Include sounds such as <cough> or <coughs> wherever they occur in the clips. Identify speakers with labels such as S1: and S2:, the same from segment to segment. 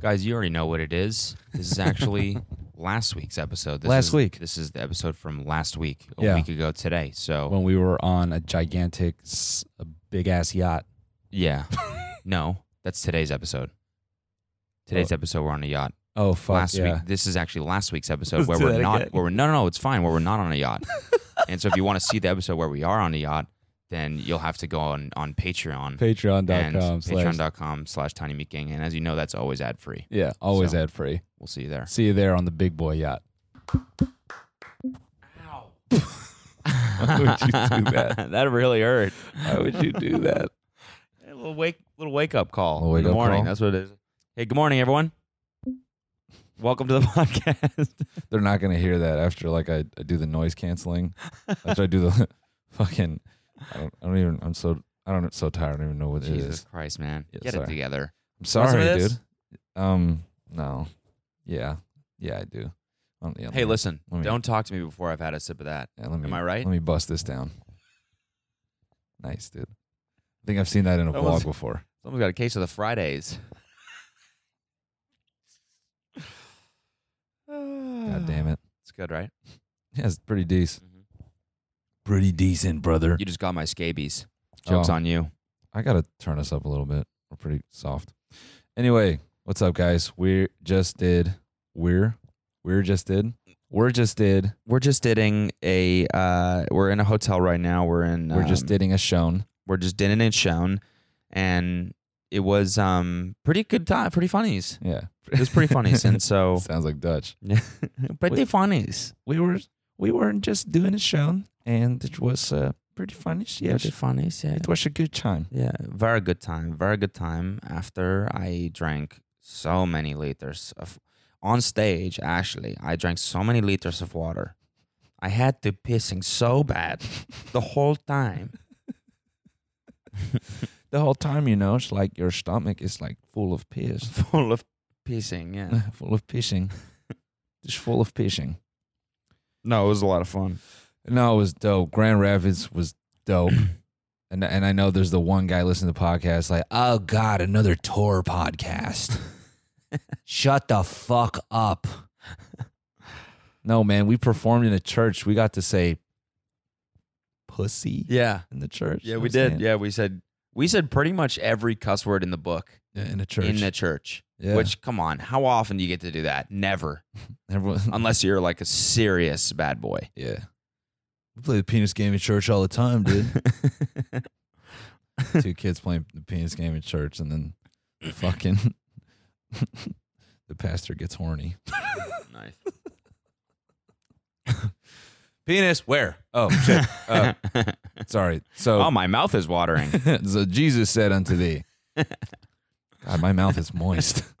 S1: Guys, you already know what it is. This is
S2: <laughs>
S1: actually last week's episode. This
S2: Last
S1: is-
S2: week.
S1: This is the episode from last week, a
S2: Yeah.
S1: week ago today. So,
S2: when we were on a gigantic, s- a big ass yacht. <laughs>
S1: yeah. no, that's today's episode. Today's episode, we're on a yacht.
S2: Oh fuck
S1: last
S2: yeah!
S1: week, this is actually last
S2: <laughs>
S1: week's episode
S3: Let's
S1: where
S3: do
S1: we're
S3: that
S1: not,
S3: again.
S1: where we're, no, no, no, it's fine, where we're not on a yacht. and so, if you want to see the episode where we are on a yacht, then you'll have to go on, on Patreon. and
S2: Patreon.com slash
S1: patreon.com slash tiny meat gang. And as you know, that's always ad free.
S2: yeah, always
S1: So.
S2: ad free.
S1: We'll see you there.
S2: See you there on the big boy yacht. <laughs> Why would you do that?
S1: <laughs> that really hurt.
S2: Why would you do that?
S1: A little wake, little wake up call.
S2: Little
S1: in the
S2: wake-up
S1: morning.
S2: call.
S1: That's what it is. Hey, good morning, everyone. Welcome to the <laughs> podcast.
S2: <laughs> They're not gonna hear that after like I, I do the noise canceling. after I do the <laughs> fucking, I don't, I don't even. I'm so I don't I'm so tired. I don't even know what it
S1: Jesus
S2: is.
S1: Christ, man,
S2: Yeah,
S1: get it
S2: sorry.
S1: together.
S2: I'm
S1: Want some of
S2: sorry,
S1: this?
S2: dude. Um, no, yeah, yeah, I do. Um, yeah, let
S1: Hey,
S2: me-
S1: listen,
S2: let me-
S1: don't talk to me before I've had a sip of that.
S2: yeah, let me,
S1: Am I right?
S2: Let me bust this down. Nice, dude. I think I've seen that in a
S1: That
S2: vlog
S1: was-
S2: <sighs> before.
S1: Someone's got a case of the Fridays. <sighs>
S2: God
S1: God
S2: damn it.
S1: it's good, right?
S2: Yeah, it's pretty decent.
S1: Mhm.
S2: Pretty decent, brother.
S1: You just got my scabies. Jokes
S2: Oh.
S1: on you.
S2: I gotta turn us up a little bit. We're pretty soft. Anyway, what's up, guys? We just did. We're we're just did. We're just did.
S1: We're just dating a. Uh, we're in a hotel right now. We're in.
S2: We're just
S1: um,
S2: dating a shown.
S1: we're just dinning and shown, and it was um pretty good time, pretty funnies.
S2: Yeah,
S1: It was pretty funnies,
S2: <laughs>
S1: and <laughs> so
S2: Sounds like Dutch.
S1: pretty funnies.
S2: We were we weren't just doing a shown, and it was uh, pretty funny.
S1: pretty funnies. Yeah,
S2: was a good time.
S1: yeah, very good time, very good time. After I drank so many liters of on stage, actually, I drank so many liters of water. I had to pissing so bad <laughs> the whole time.
S2: <laughs> The whole time, you know, it's like your stomach is like full of
S1: <laughs>
S2: piss, <laughs>
S1: full of pissing. Yeah.
S2: full of pissing, just full of pissing.
S1: <laughs> No, it was a lot of fun.
S2: No, it was dope. Grand Rapids was
S1: <clears throat>
S2: dope. And, and I know there's the one guy listening to the podcast like, oh God, another tour
S1: <laughs>
S2: podcast. Shut the fuck up. No, man, we performed in a church. We got to say pussy
S1: Yeah.
S2: in the church.
S1: Yeah,
S2: You know
S1: we
S2: what I'm
S1: did.
S2: saying?
S1: Yeah, we said we said pretty much every cuss word in the book
S2: Yeah, in a church.
S1: in the church.
S2: yeah.
S1: Which come on, how often do you get to do that? Never. <laughs>
S2: Everyone,
S1: Unless you're like a serious bad boy.
S2: yeah. We play the penis game in church all the time, dude. two kids playing the penis game at church, and then fucking <laughs> the pastor gets horny.
S1: nice.
S2: Penis, where? Oh shit! Uh,
S1: <laughs>
S2: sorry. So,
S1: oh, my mouth is watering.
S2: <laughs> so Jesus said unto thee. God, my mouth is moist.
S1: <laughs>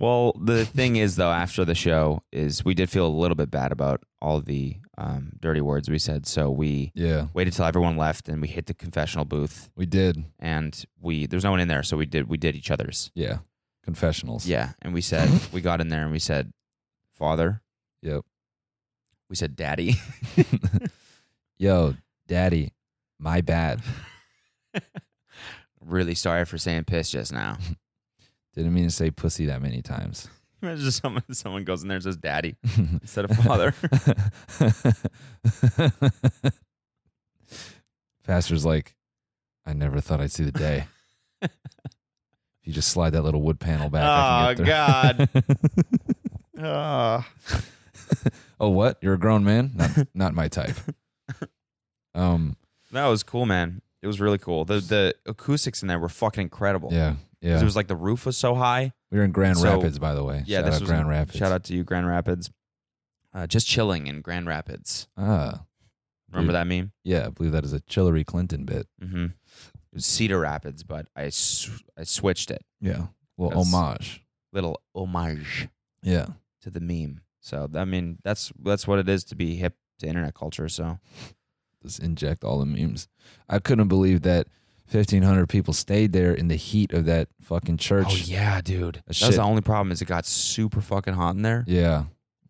S1: Well, the thing is, though, after the show, is we did feel a little bit bad about all the um, dirty words we said. So we
S2: yeah,
S1: waited till everyone left, and we hit the confessional booth,
S2: we did.
S1: and we there's no one in there, so we did we did each other's.
S2: Yeah, confessionals.
S1: Yeah, and we said we got in there and we said, "Father,"
S2: Yep.
S1: we said, "Daddy." <laughs>
S2: Yo, daddy, my bad.
S1: really sorry for saying piss just now.
S2: Didn't mean to say pussy that many times.
S1: <laughs> Imagine just someone someone goes in there and says
S2: <laughs>
S1: "Daddy" instead of "Father."
S2: <laughs> Pastor's like, I never thought I'd see
S1: <laughs>
S2: the day. if you just slide that little wood panel back. I can
S1: Oh,
S2: get through.
S1: Ah,
S2: <laughs> oh, what? You're a grown man?
S1: <laughs>
S2: Not, not my type. Um.
S1: that was cool, man. It was really cool. The the acoustics in there were fucking incredible.
S2: Yeah.
S1: 'Cause It
S2: Yeah.
S1: was like the roof was so high.
S2: We were in Grand
S1: so-
S2: Rapids, by the way.
S1: Yeah,
S2: Shout
S1: this
S2: out
S1: was
S2: Grand Rapids.
S1: Shout out to you, Grand Rapids. Uh, just chilling in Grand Rapids.
S2: Ah,
S1: Remember
S2: Dude.
S1: that meme?
S2: yeah. I believe that is a Chillery Clinton bit.
S1: Mm-hmm. It was Cedar Rapids, but I sw- I switched it.
S2: Yeah. Well,
S1: That's-
S2: homage.
S1: Little homage.
S2: Yeah.
S1: to the meme. So I mean, that's that's what it is to be hip to internet culture. So
S2: just inject all the memes. I couldn't believe that 1,500 people stayed there in the heat of that fucking church.
S1: Oh, yeah, dude. That's
S2: shit.
S1: the only problem is it got super fucking hot in there.
S2: Yeah.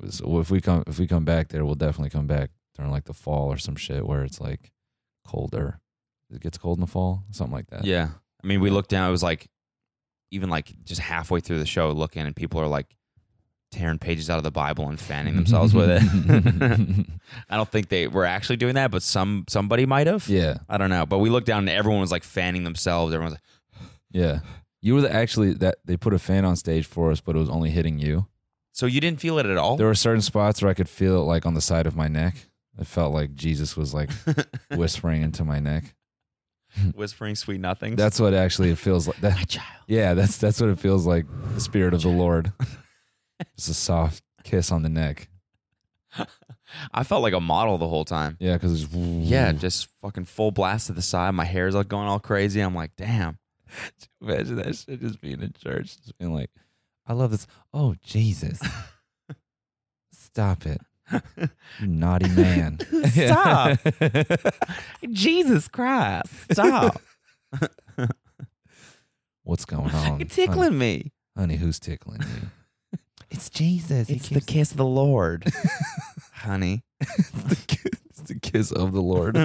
S2: So well, if we come if we come back there, we'll definitely come back during like the fall or some shit where it's like colder. It gets cold in the fall, something like that.
S1: Yeah. I mean, we looked down. It was like even like just halfway through the show looking and people are like tearing pages out of the Bible and fanning themselves with it.
S2: <laughs>
S1: <laughs> I don't think they were actually doing that, but some somebody might have.
S2: yeah,
S1: I don't know. But we looked down and everyone was like fanning themselves. Everyone's like,
S2: yeah. You were the, actually that they put a fan on stage for us, but it was only hitting you.
S1: so you didn't feel it at all?
S2: There were certain spots where I could feel it, like on the side of my neck. It felt like Jesus
S1: <laughs>
S2: was like whispering into my neck.
S1: <laughs> Whispering sweet nothings. <laughs>
S2: That's what actually it feels like. <laughs> That,
S1: child.
S2: yeah, that's that's what it feels like. The spirit of the <laughs> Lord. Just a soft kiss on the neck.
S1: I felt like a model the whole time.
S2: Yeah, because
S1: Yeah, just fucking full blast to the side. My hair's like going all crazy. I'm like, damn.
S2: Imagine that shit just being in church, just being like, I love this. Oh, Jesus. <laughs> Stop <laughs> it. You naughty <laughs> man.
S1: Stop. Jesus Christ.
S2: <laughs>
S1: Stop.
S2: <laughs> What's <laughs> going on? Honey,
S1: me.
S2: honey, who's tickling you? It's Jesus. He keeps-
S1: kiss of the Lord. <laughs> Honey.
S2: <laughs> the, kiss, it's the kiss of the Lord.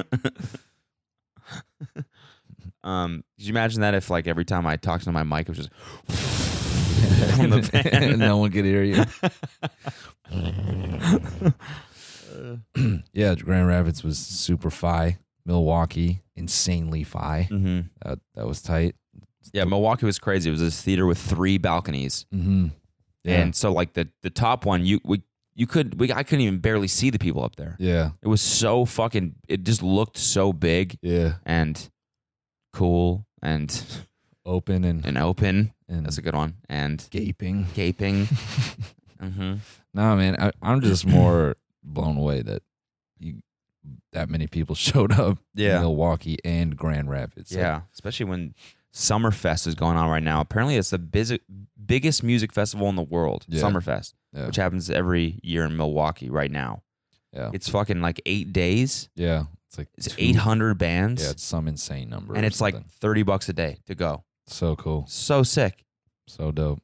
S1: Um, could you imagine that if like every time I talked to my mic, it was just <laughs> on the fan?
S2: no one could hear you. <laughs> yeah, Grand Rapids was super fi. Milwaukee, insanely fi.
S1: hmm
S2: That, that was tight.
S1: Yeah, Milwaukee was crazy. It was this theater with three balconies,
S2: Mm-hmm. Yeah.
S1: and so like the the top one, you we you could we I couldn't even barely see the people up there.
S2: yeah.
S1: It was so fucking. It just looked so big
S2: Yeah.
S1: and cool and
S2: Open and,
S1: and open.
S2: and
S1: That's a good one. And <laughs>
S2: gaping. <laughs>
S1: gaping. hmm
S2: Nah, man, I, I'm just more blown away that you that many people <laughs> showed up in
S1: Yeah,
S2: Milwaukee and Grand Rapids. Like,
S1: yeah. Especially when Summerfest is going on right now. Apparently, it's the busy, biggest music festival in the world.
S2: Yeah.
S1: Summerfest,
S2: Yeah.
S1: which happens every year in Milwaukee right now.
S2: yeah,
S1: It's fucking like eight days.
S2: yeah. It's like
S1: It's
S2: two-
S1: eight hundred bands,
S2: Yeah, it's some insane number,
S1: and
S2: or
S1: it's like
S2: something.
S1: thirty bucks a day to go.
S2: so cool,
S1: So sick.
S2: so dope.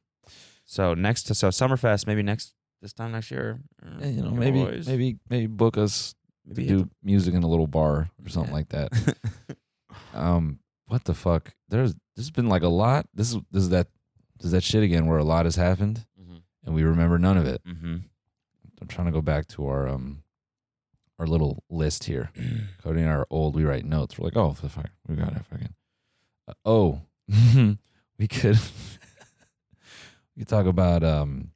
S1: So next to so Summerfest, maybe next this time next year. mm,
S2: you know,
S1: your
S2: maybe
S1: boys,
S2: maybe maybe book us
S1: maybe
S2: do music in a little bar or something
S1: Yeah.
S2: like that.
S1: hit
S2: <laughs>
S1: the-
S2: Um, what the fuck? There's there's been like a lot. This is this is that this is that shit again where a lot has happened
S1: Mhm.
S2: and we remember none of it.
S1: Mhm.
S2: I'm trying to go back to our um our little list
S1: <clears throat>
S2: here. Cody and I are old. We write notes. We're like, oh, for the fuck, we got to fucking. Uh, oh, <laughs> we could <laughs> we could talk about um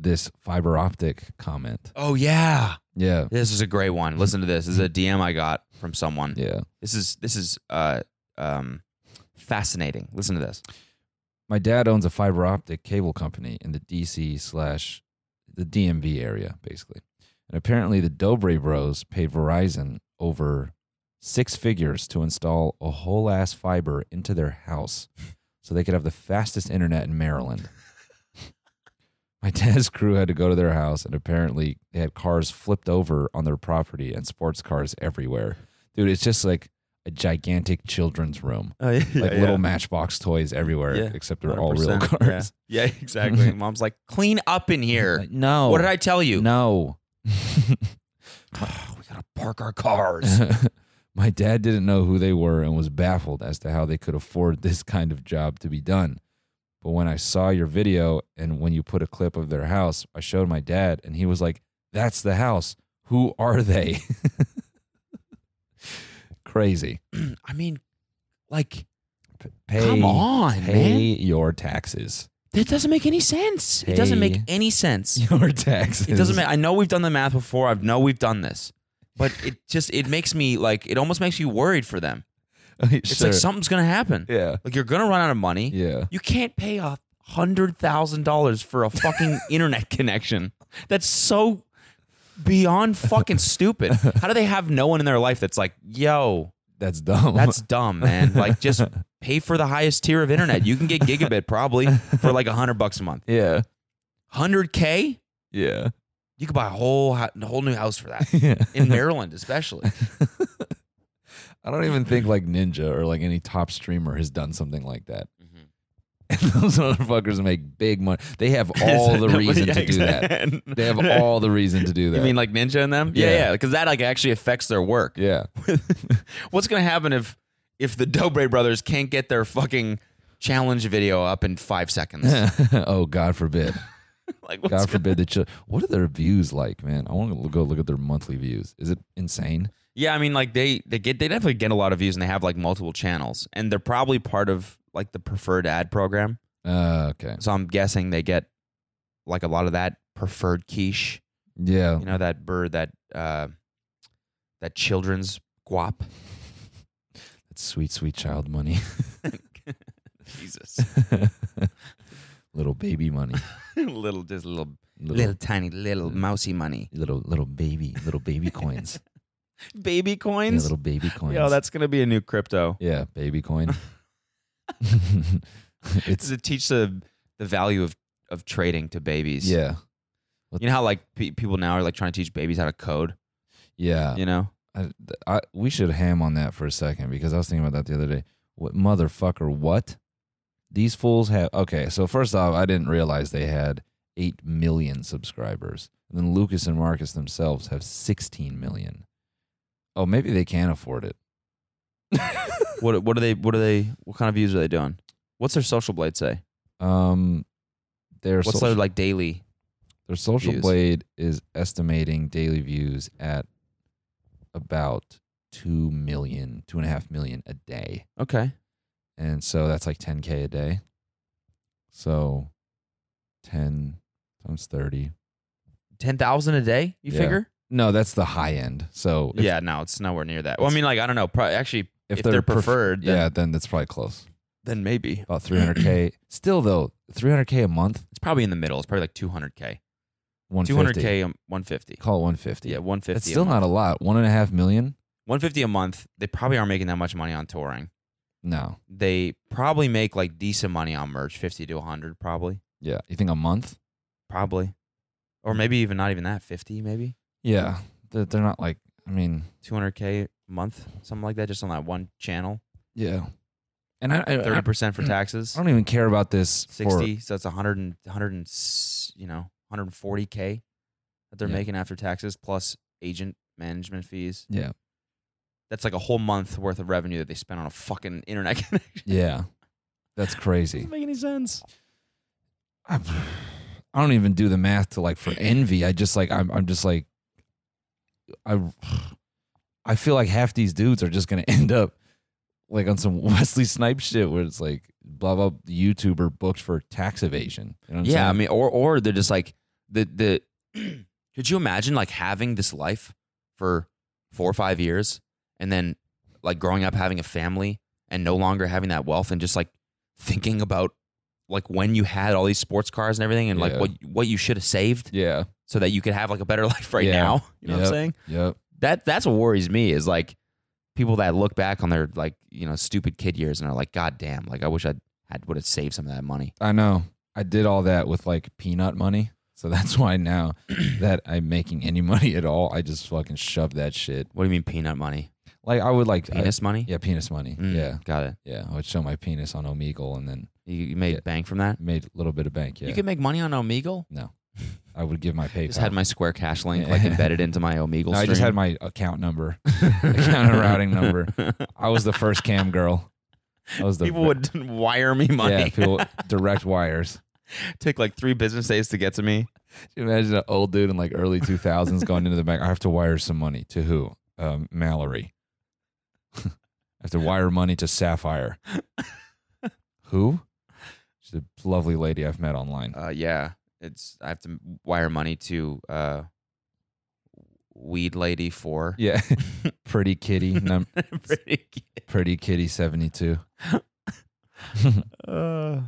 S2: this fiber optic comment.
S1: Oh yeah,
S2: Yeah,
S1: this is a great one. Listen to this. This is a DM I got from someone.
S2: yeah.
S1: This is this is uh um fascinating. Listen to this.
S2: My dad owns a fiber optic cable company in the DC slash the DMV area, basically, and apparently the Dobre Bros pay Verizon over six figures to install a whole ass fiber into their house so they could have the fastest internet in Maryland. <laughs> My dad's crew had to go to their house, and apparently they had cars flipped over on their property and sports cars everywhere. Dude, it's just like a gigantic children's room,
S1: Oh, yeah,
S2: like little Matchbox toys everywhere,
S1: Yeah,
S2: except they're all real <laughs> cars.
S1: Yeah, <laughs> yeah exactly. oh, Mom's like, clean up in here.
S2: Like, no,
S1: What did I tell you?
S2: No,
S1: we gotta park our <laughs> cars.
S2: <laughs> My dad didn't know who they were and was baffled as to how they could afford this kind of job to be done. But when I saw your video and when you put a clip of their house, I showed my dad and he was like, That's the house. Who are they? <laughs> Crazy.
S1: I mean, like,
S2: Pay,
S1: come on,
S2: pay
S1: man. <laughs>
S2: your taxes.
S1: That doesn't make any sense. It doesn't make
S2: Pay.
S1: any <laughs> sense.
S2: Your taxes.
S1: It doesn't
S2: <laughs>
S1: make. I know we've done the math before. I know we've done this, but it just it makes me like it almost makes me worried for them. It's like
S2: Sure.
S1: something's gonna happen.
S2: Yeah.
S1: Like you're gonna run out of money.
S2: Yeah.
S1: You can't pay a hundred thousand dollars for a <laughs> fucking internet connection. That's so beyond fucking stupid. How do they have no one in their life that's like, yo,
S2: That's
S1: <laughs>
S2: dumb.
S1: that's dumb, man. Like just pay for the highest tier of internet. You can get gigabit probably for like a hundred bucks a month.
S2: <laughs> yeah.
S1: Hundred K?
S2: Yeah.
S1: You could buy a whole ho- a whole new house for that.
S2: yeah.
S1: In Maryland, <laughs> especially.
S2: I don't even think like Ninja or like any top streamer has done something like that. <laughs> And those motherfuckers make big money. They <laughs> have all the reason to do that.
S1: <laughs> that.
S2: They <laughs> have all the reason to do that.
S1: You mean like Ninja and them?
S2: Yeah.
S1: yeah, because that like actually affects their work.
S2: <laughs> yeah. <laughs>
S1: <laughs> What's gonna happen if if the Dobre brothers can't get their fucking challenge video up in five
S2: <laughs>
S1: seconds. <laughs>
S2: oh, God <laughs> forbid.
S1: like, what's
S2: God
S1: go-
S2: forbid that you. What are their views like, man? I want to go look at their monthly views. Is it insane?
S1: yeah, I mean, like they they get they definitely get a lot of views and they have like multiple channels and they're probably part of like the preferred ad program.
S2: Uh, okay.
S1: So I'm guessing they get like a lot of that preferred quiche.
S2: Yeah.
S1: You know that bird that uh that children's guap. <laughs>
S2: That's sweet, sweet child money. <laughs>
S1: Jesus, <laughs>
S2: little baby money.
S1: little just little
S2: <laughs> Little,
S1: tiny little mousy money,
S2: little, little baby, little baby coins.
S1: baby
S2: Yeah,
S1: coins.
S2: little baby coins.
S1: Yo, that's gonna be a new crypto.
S2: Yeah, baby coin. <laughs>
S1: Does
S2: it's
S1: it teach the the value of of trading to babies?
S2: yeah,
S1: You know how like pe- people now are like trying to teach babies how to code.
S2: yeah.
S1: You know,
S2: I, I, we should ham on that for a second because I was thinking about that the other day. What motherfucker? What these fools have? Okay, so first off, I didn't realize they had eight million subscribers. And then Lucas and Marcus themselves have sixteen million. Oh, maybe they can't afford it.
S1: what what are they? What are they? What kind of views are they doing? What's their social blade say?
S2: Um, their
S1: What's
S2: social,
S1: their like daily?
S2: their social
S1: views?
S2: blade is estimating daily views at about two million, two and a half million a day.
S1: Okay,
S2: and so that's like 10k a day so 10 times 30
S1: ten thousand a day. You
S2: Yeah.
S1: figure?
S2: no that's the high end so if,
S1: yeah, no, it's nowhere near that. Well, I mean, like I don't know. Probably actually, if, they're,
S2: pref-
S1: preferred, then,
S2: yeah then that's probably close
S1: then maybe
S2: about
S1: <clears throat>
S2: 300k still though 300k a month
S1: it's probably in the middle. It's probably like two hundred k, two hundred
S2: 150
S1: k, um, one fifty.
S2: call it 150
S1: Yeah, one
S2: that's
S1: fifty.
S2: still not a lot one and a half million
S1: one fifty a month. They probably aren't making that much money on touring.
S2: no
S1: They probably make like decent money on merch, fifty to hundred, probably,
S2: yeah you think a month
S1: probably, or
S2: Hmm.
S1: maybe even not even that, fifty maybe.
S2: yeah they're, they're not like i mean
S1: 200k a month, something like that, just on that one channel.
S2: yeah and Uh, i, I, I,
S1: Thirty
S2: I
S1: percent
S2: <clears throat>
S1: for taxes,
S2: don't even care about this for-
S1: sixty. So that's 100 and 100 and s- you know 140k that they're
S2: Yeah.
S1: making after taxes plus agent management fees.
S2: yeah
S1: That's like a whole month worth of revenue that they spent on a fucking internet <laughs> connection.
S2: yeah that's crazy
S1: Doesn't make any sense.
S2: I'm, I don't even do the math to like for envy. I just like I'm I'm just like I I feel like half these dudes are just gonna <laughs> end up like on some <laughs> Wesley Snipe shit where it's like blah blah YouTuber booked for tax evasion. You know what I'm
S1: yeah, I
S2: saying?
S1: mean, or or they're just like the the. <clears throat> could you imagine like having this life for four or five years, and then like growing up having a family and no longer having that wealth, and just like thinking about like when you had all these sports cars and everything, and like
S2: Yeah.
S1: what what you should have saved
S2: yeah,
S1: so that you could have like a better <laughs> life right
S2: Yeah.
S1: now. You know what
S2: Yep.
S1: I'm saying?
S2: yep,
S1: That that's what worries me is like people that look back on their like you know stupid kid years and are like, God damn, like I wish I had would have saved some of that money.
S2: I know. I did all that with like peanut money, so <laughs> that's
S1: <clears throat>
S2: why now that I'm making any money at all, I just fucking shove that shit.
S1: What do you mean peanut money?
S2: Like I would like I-
S1: Penis money?
S2: yeah, penis money.
S1: Mm,
S2: Yeah,
S1: got it.
S2: yeah. I would show my penis on Omegle and then
S1: You, you made
S2: Yeah.
S1: bank from that.
S2: made a little bit of bank. Yeah,
S1: You can make money on Omegle.
S2: I would give my PayPal.
S1: Just had my Square <laughs> Cash link like embedded into my Omegle.
S2: No, I just
S1: stream.
S2: had my account number,
S1: <laughs>
S2: account and routing number. I was the first cam girl. I was the
S1: people would wire me
S2: yeah,
S1: money. <laughs>
S2: people direct wires.
S1: Take like three business days to get to me.
S2: Imagine an old dude in like early two thousands going into the bank. I have to wire some money to who? Um, Mallory. <laughs> I have to wire money to Sapphire. who? She's a lovely lady I've met online.
S1: Uh, yeah, it's I have to wire money to uh, Weed Lady Four.
S2: Yeah, <laughs> pretty kitty, num-
S1: <laughs> Pretty good.
S2: pretty kitty seventy two.
S1: Uh,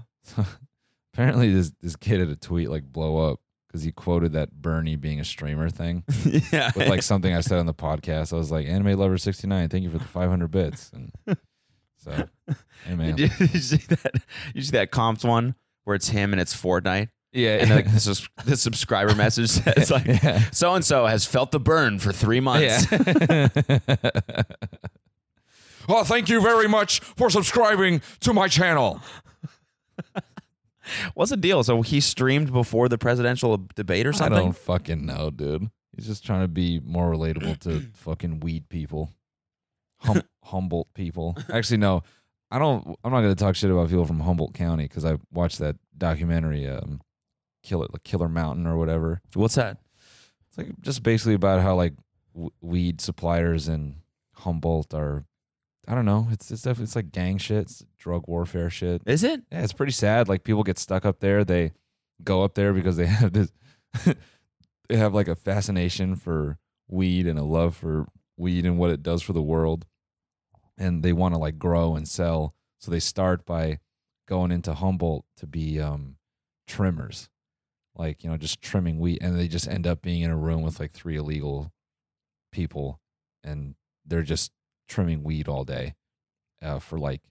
S2: <laughs> Apparently, this this kid had a tweet like blow up because he quoted that Bernie being a streamer thing
S1: <laughs> yeah,
S2: with like something I said on the podcast. I was like, "Anime Lover sixty nine, thank you for the five hundred bits." And
S1: <laughs>
S2: so, hey
S1: <laughs>
S2: man,
S1: Did you, did you see that? You see that comps one where it's him and it's Fortnite,
S2: yeah,
S1: and like this is the subscriber message <laughs> says like
S2: <laughs> yeah.
S1: so and so has felt the burn for three months. <laughs>
S2: Yeah. <laughs> oh, thank you very much for subscribing to my channel.
S1: What's the deal? So he streamed before the presidential debate or
S2: I
S1: something?
S2: don't fucking know, dude. He's just trying to be more
S1: <clears throat> <laughs>
S2: relatable to fucking weed people, hum- humble people. Actually, no. I don't. I'm not going to talk shit about people from Humboldt County because I watched that documentary, um, Killer Killer Mountain or whatever.
S1: What's that?
S2: It's like just basically about how like w- weed suppliers in Humboldt are. I don't know. It's it's definitely it's like gang shit, it's drug warfare shit.
S1: Is it?
S2: Yeah, it's pretty sad. Like people get stuck up there. They go up there because they <laughs> have this. they have like a fascination for weed and a love for weed and what it does for the world, and they want to like grow and sell. So they start by going into Humboldt to be um, trimmers, like you know, just trimming wheat, and they just end up being in a room with like three illegal people, and they're just trimming weed all day uh, for like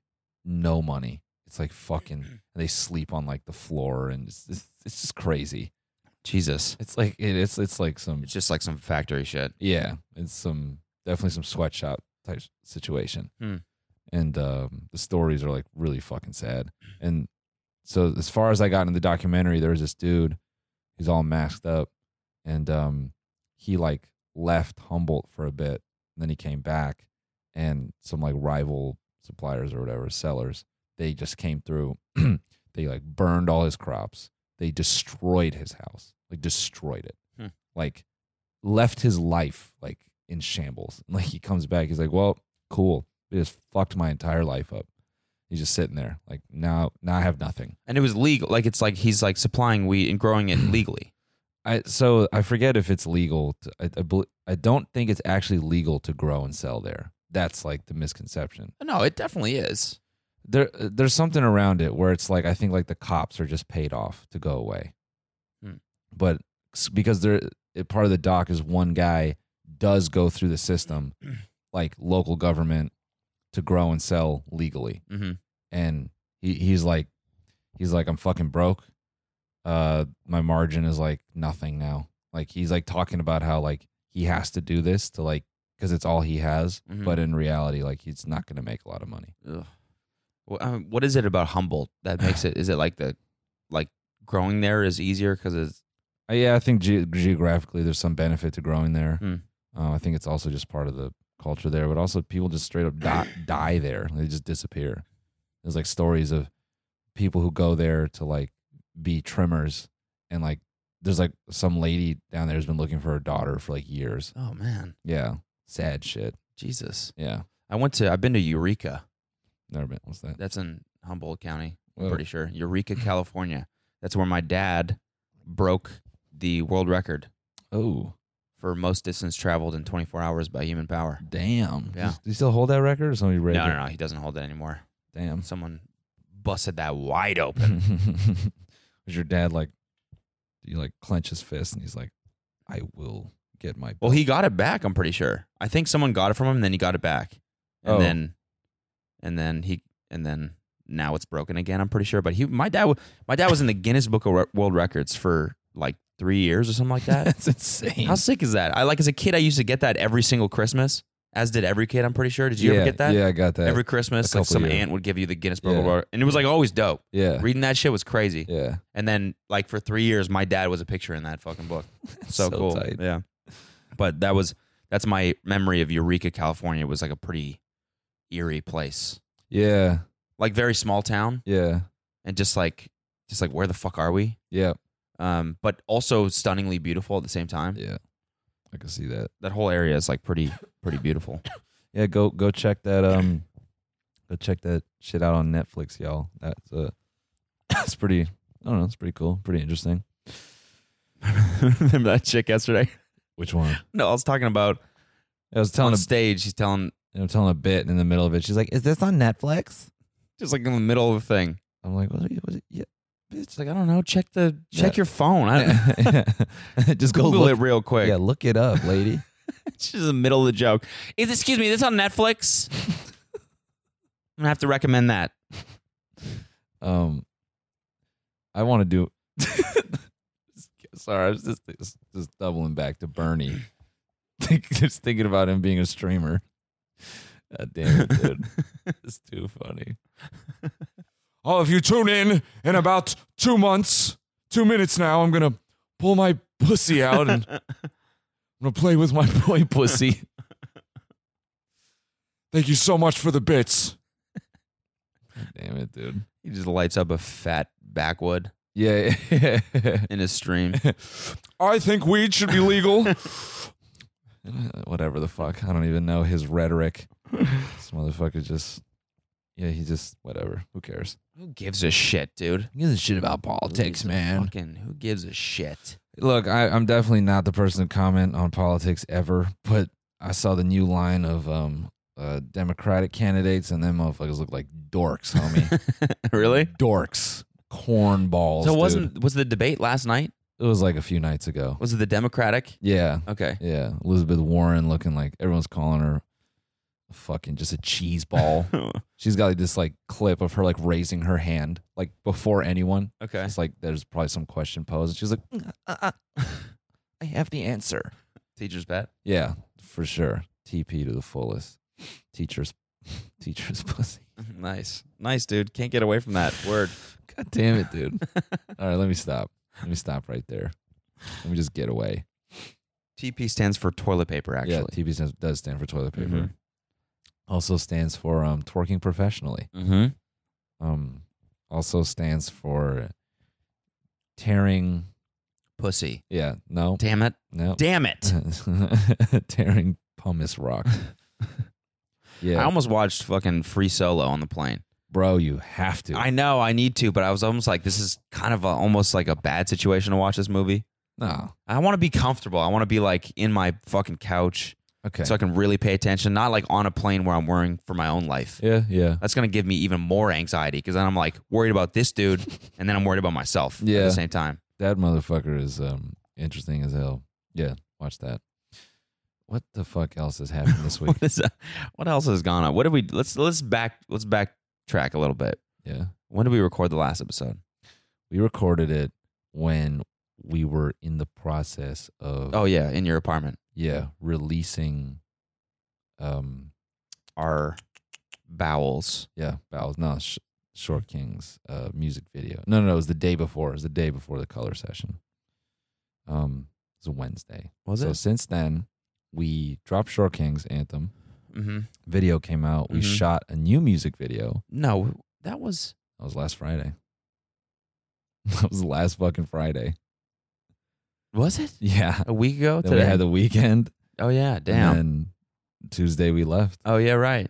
S2: no money. It's like fucking. and They sleep on like the floor, and it's, it's, it's just crazy.
S1: Jesus.
S2: It's like it, it's it's like some
S1: It's just like some factory shit.
S2: yeah, it's some definitely some sweatshop type s- situation.
S1: Hmm.
S2: And um, the stories are like really fucking sad. And so as far as I got in the documentary, there was this dude, he's all masked up, and um, he like left Humboldt for a bit, and then he came back, and some like rival suppliers or whatever sellers, they just came through. <clears throat> they like burned all his crops. They destroyed his house, like destroyed it,
S1: Hmm.
S2: like left his life like in shambles. <laughs> Like he comes back, he's like, "Well, cool. It just fucked my entire life up." He's just sitting there, like now, now I have nothing.
S1: And it was legal. Like it's like he's like supplying weed and <clears throat> growing it legally.
S2: I so I forget if it's legal. To, I, I bel- I don't think it's actually legal to grow and sell there. That's like the misconception.
S1: No, it definitely is.
S2: There, there's something around it where it's like I think like the cops are just paid off to go away,
S1: Hmm.
S2: but s- because they're it, part of the doc is one guy does go through
S1: <clears throat>
S2: the system, like local government, to grow and sell legally.
S1: Mm-hmm.
S2: and he, he's like he's like i'm fucking broke uh my margin is like nothing now like he's like talking about how like he has to do this to like because it's all he has
S1: Mhm.
S2: but in reality like he's not gonna make a lot of money
S1: Ugh. Well, I mean, um, what is it about Humboldt <sighs> that makes it? Is it like the like growing there is easier because it's
S2: uh, yeah i think ge- geographically there's some benefit to growing there
S1: Hmm.
S2: uh, i think it's also just part of the culture there but also people just straight up
S1: <coughs>
S2: die, die there they just disappear there's like stories of people who go there to like be trimmers and like there's like some lady down there who's been looking for her daughter for like years.
S1: oh man,
S2: Yeah. Sad shit.
S1: Jesus.
S2: Yeah.
S1: I went to I've been to Eureka.
S2: Never been what's that?
S1: That's in Humboldt County. I'm
S2: Whoa.
S1: pretty sure Eureka, California. That's where my dad broke the world record
S2: Oh.
S1: for most distance traveled in 24 hours by human power.
S2: Damn.
S1: Yeah.
S2: Do you still hold that record or somebody break
S1: No,
S2: it?
S1: no, no. He doesn't hold that anymore.
S2: Damn.
S1: Someone busted that wide
S2: <laughs>
S1: open.
S2: Was your dad like do you like clench his fist and he's like, I will get
S1: <laughs>
S2: my
S1: Well, he got it back. I'm pretty sure. I think someone got it from him, and then he got it back, and
S2: Oh.
S1: then, and then he, and then now it's broken again. I'm pretty sure. But he, my dad, wa- my dad was in the Guinness Book of Re- World Records for like three years or something like that.
S2: That's insane.
S1: How sick is that? I like as a kid, I used to get that every single Christmas, as did every kid. I'm pretty sure. Did you
S2: yeah,
S1: ever get that?
S2: Yeah, I got that.
S1: Every Christmas,
S2: a
S1: like
S2: couple
S1: some
S2: years.
S1: aunt would give you the Guinness Book
S2: Yeah.
S1: of World, and it was like always dope.
S2: yeah.
S1: Reading that shit was crazy.
S2: yeah.
S1: And then, like for three years, my dad was a picture in that fucking
S2: <laughs>
S1: book so,
S2: So
S1: cool.
S2: tight.
S1: Yeah. But that was that's my memory of Eureka, California. It was like a pretty eerie place.
S2: Yeah.
S1: Like very small town
S2: Yeah.
S1: and just like just like where the fuck are we?
S2: Yeah.
S1: Um, but also stunningly beautiful at the same time.
S2: Yeah. I can see that.
S1: That whole area is like pretty pretty beautiful.
S2: Yeah, go go check that um go check that shit out on Netflix, y'all. That's uh <coughs> it's pretty I don't know, it's pretty cool, pretty interesting. <laughs>
S1: Remember that chick yesterday?
S2: Which one?
S1: No, I was talking about
S2: I was telling
S1: on
S2: a
S1: stage. She's telling
S2: I'm telling a bit and in the middle of it. She's like, "Is this on Netflix?"
S1: just like in the middle of the thing.
S2: I'm like, "What are you? What are you yeah, bitch,
S1: It's like I don't know. Check the check
S2: Yeah.
S1: your phone. I don't,
S2: <laughs> just
S1: <laughs>
S2: go
S1: Google
S2: look.
S1: it real quick.
S2: Yeah, look it up, lady.
S1: <laughs> She's in the middle of the joke. Is excuse me, this on Netflix? I'm gonna have to recommend
S2: <laughs>
S1: that.
S2: <laughs> um, I want to do. <laughs> Sorry, I was just just doubling back to Bernie. <laughs> Think- just thinking about him being a streamer. <laughs> God damn
S1: <laughs>
S2: it, <laughs> dude. it's too funny. oh, if you tune in in about two months, two minutes now, I'm gonna pull my pussy out <laughs> and I'm gonna play with my boy pussy. Thank you so much for the bits. Damn it, dude.
S1: He just lights up a fat backwood
S2: Yeah.
S1: in his stream.
S2: <laughs> I think weed should be <laughs> legal. Uh, Whatever the fuck. I don't even know his <laughs> rhetoric. This motherfucker just. Yeah, he just whatever. Who cares?
S1: Who gives a shit, dude?
S2: He doesn't shit about
S1: Who gives a Fucking who gives a shit?
S2: <laughs> Look, I, I'm definitely not the person to comment on politics ever, but I saw the new line of um uh, Democratic candidates, and them motherfuckers look like dorks, homie.
S1: really?
S2: dorks, cornballs.
S1: So
S2: dude.
S1: wasn't was the debate last night?
S2: it was like a few nights ago?
S1: Was it the Democratic?
S2: Yeah,
S1: Okay.
S2: <laughs> yeah. Elizabeth Warren looking like everyone's calling her fucking just a
S1: <laughs>
S2: cheese ball. She's got like this like clip of her like raising her hand like before anyone.
S1: okay.
S2: It's like there's probably some question posed, and she's like, "Mm, uh, uh, <laughs> "I have the answer."
S1: Teacher's bet.
S2: Yeah, for sure. TP to the fullest. Teachers, <laughs> teachers, pussy.
S1: <laughs> nice. Nice, dude. Can't get away from that <laughs> word.
S2: God damn
S1: <laughs>
S2: it, dude. All right, let me stop. Let me stop right there. Let me just get away.
S1: TP stands for toilet paper, actually.
S2: Yeah, TP stands, does stand for toilet paper.
S1: Mhm.
S2: Also stands for um, twerking professionally.
S1: Mm-hmm.
S2: Um, also stands for tearing.
S1: Pussy.
S2: Yeah, no,
S1: Damn it.
S2: no.
S1: Damn <laughs> it.
S2: <laughs> tearing
S1: <laughs>
S2: pumice rock. Yeah,
S1: I almost watched fucking Free Solo on the plane.
S2: bro, you have to.
S1: I know I need to, but I was almost like, this is kind of a, almost like a bad situation to watch this movie.
S2: no,
S1: I want to be comfortable. I want to be like in my fucking couch
S2: okay.
S1: so I can really pay attention, not like on a plane where I'm worrying for my own life.
S2: yeah, yeah.
S1: That's going to give me even more anxiety because then I'm like worried about this <laughs> dude and then I'm worried about myself at
S2: Yeah.
S1: the same time.
S2: That motherfucker is um interesting as hell. Yeah, watch that. What the fuck else has happened
S1: <laughs>
S2: this week?
S1: What is that? What else has gone on? What did we let's let's back let's backtrack a little bit.
S2: yeah.
S1: When did we record the last episode?
S2: We recorded it when we were in the process of
S1: Oh yeah, in your apartment.
S2: yeah, releasing um
S1: Our bowels.
S2: yeah, Bowels no sh- Short King's uh music video. No, no, no, it was the day before. It was the day before the color session. Um it was a Wednesday.
S1: Was
S2: so since then we dropped Short King's anthem.
S1: Mm-hmm.
S2: Video came out. We
S1: Mhm.
S2: shot a new music video.
S1: No, that was
S2: That was last Friday. <laughs> That was last fucking Friday. <laughs>
S1: was it
S2: Yeah.
S1: a week ago
S2: Then we
S1: today?
S2: had the weekend.
S1: oh yeah, damn.
S2: And then Tuesday we left.
S1: oh yeah, right.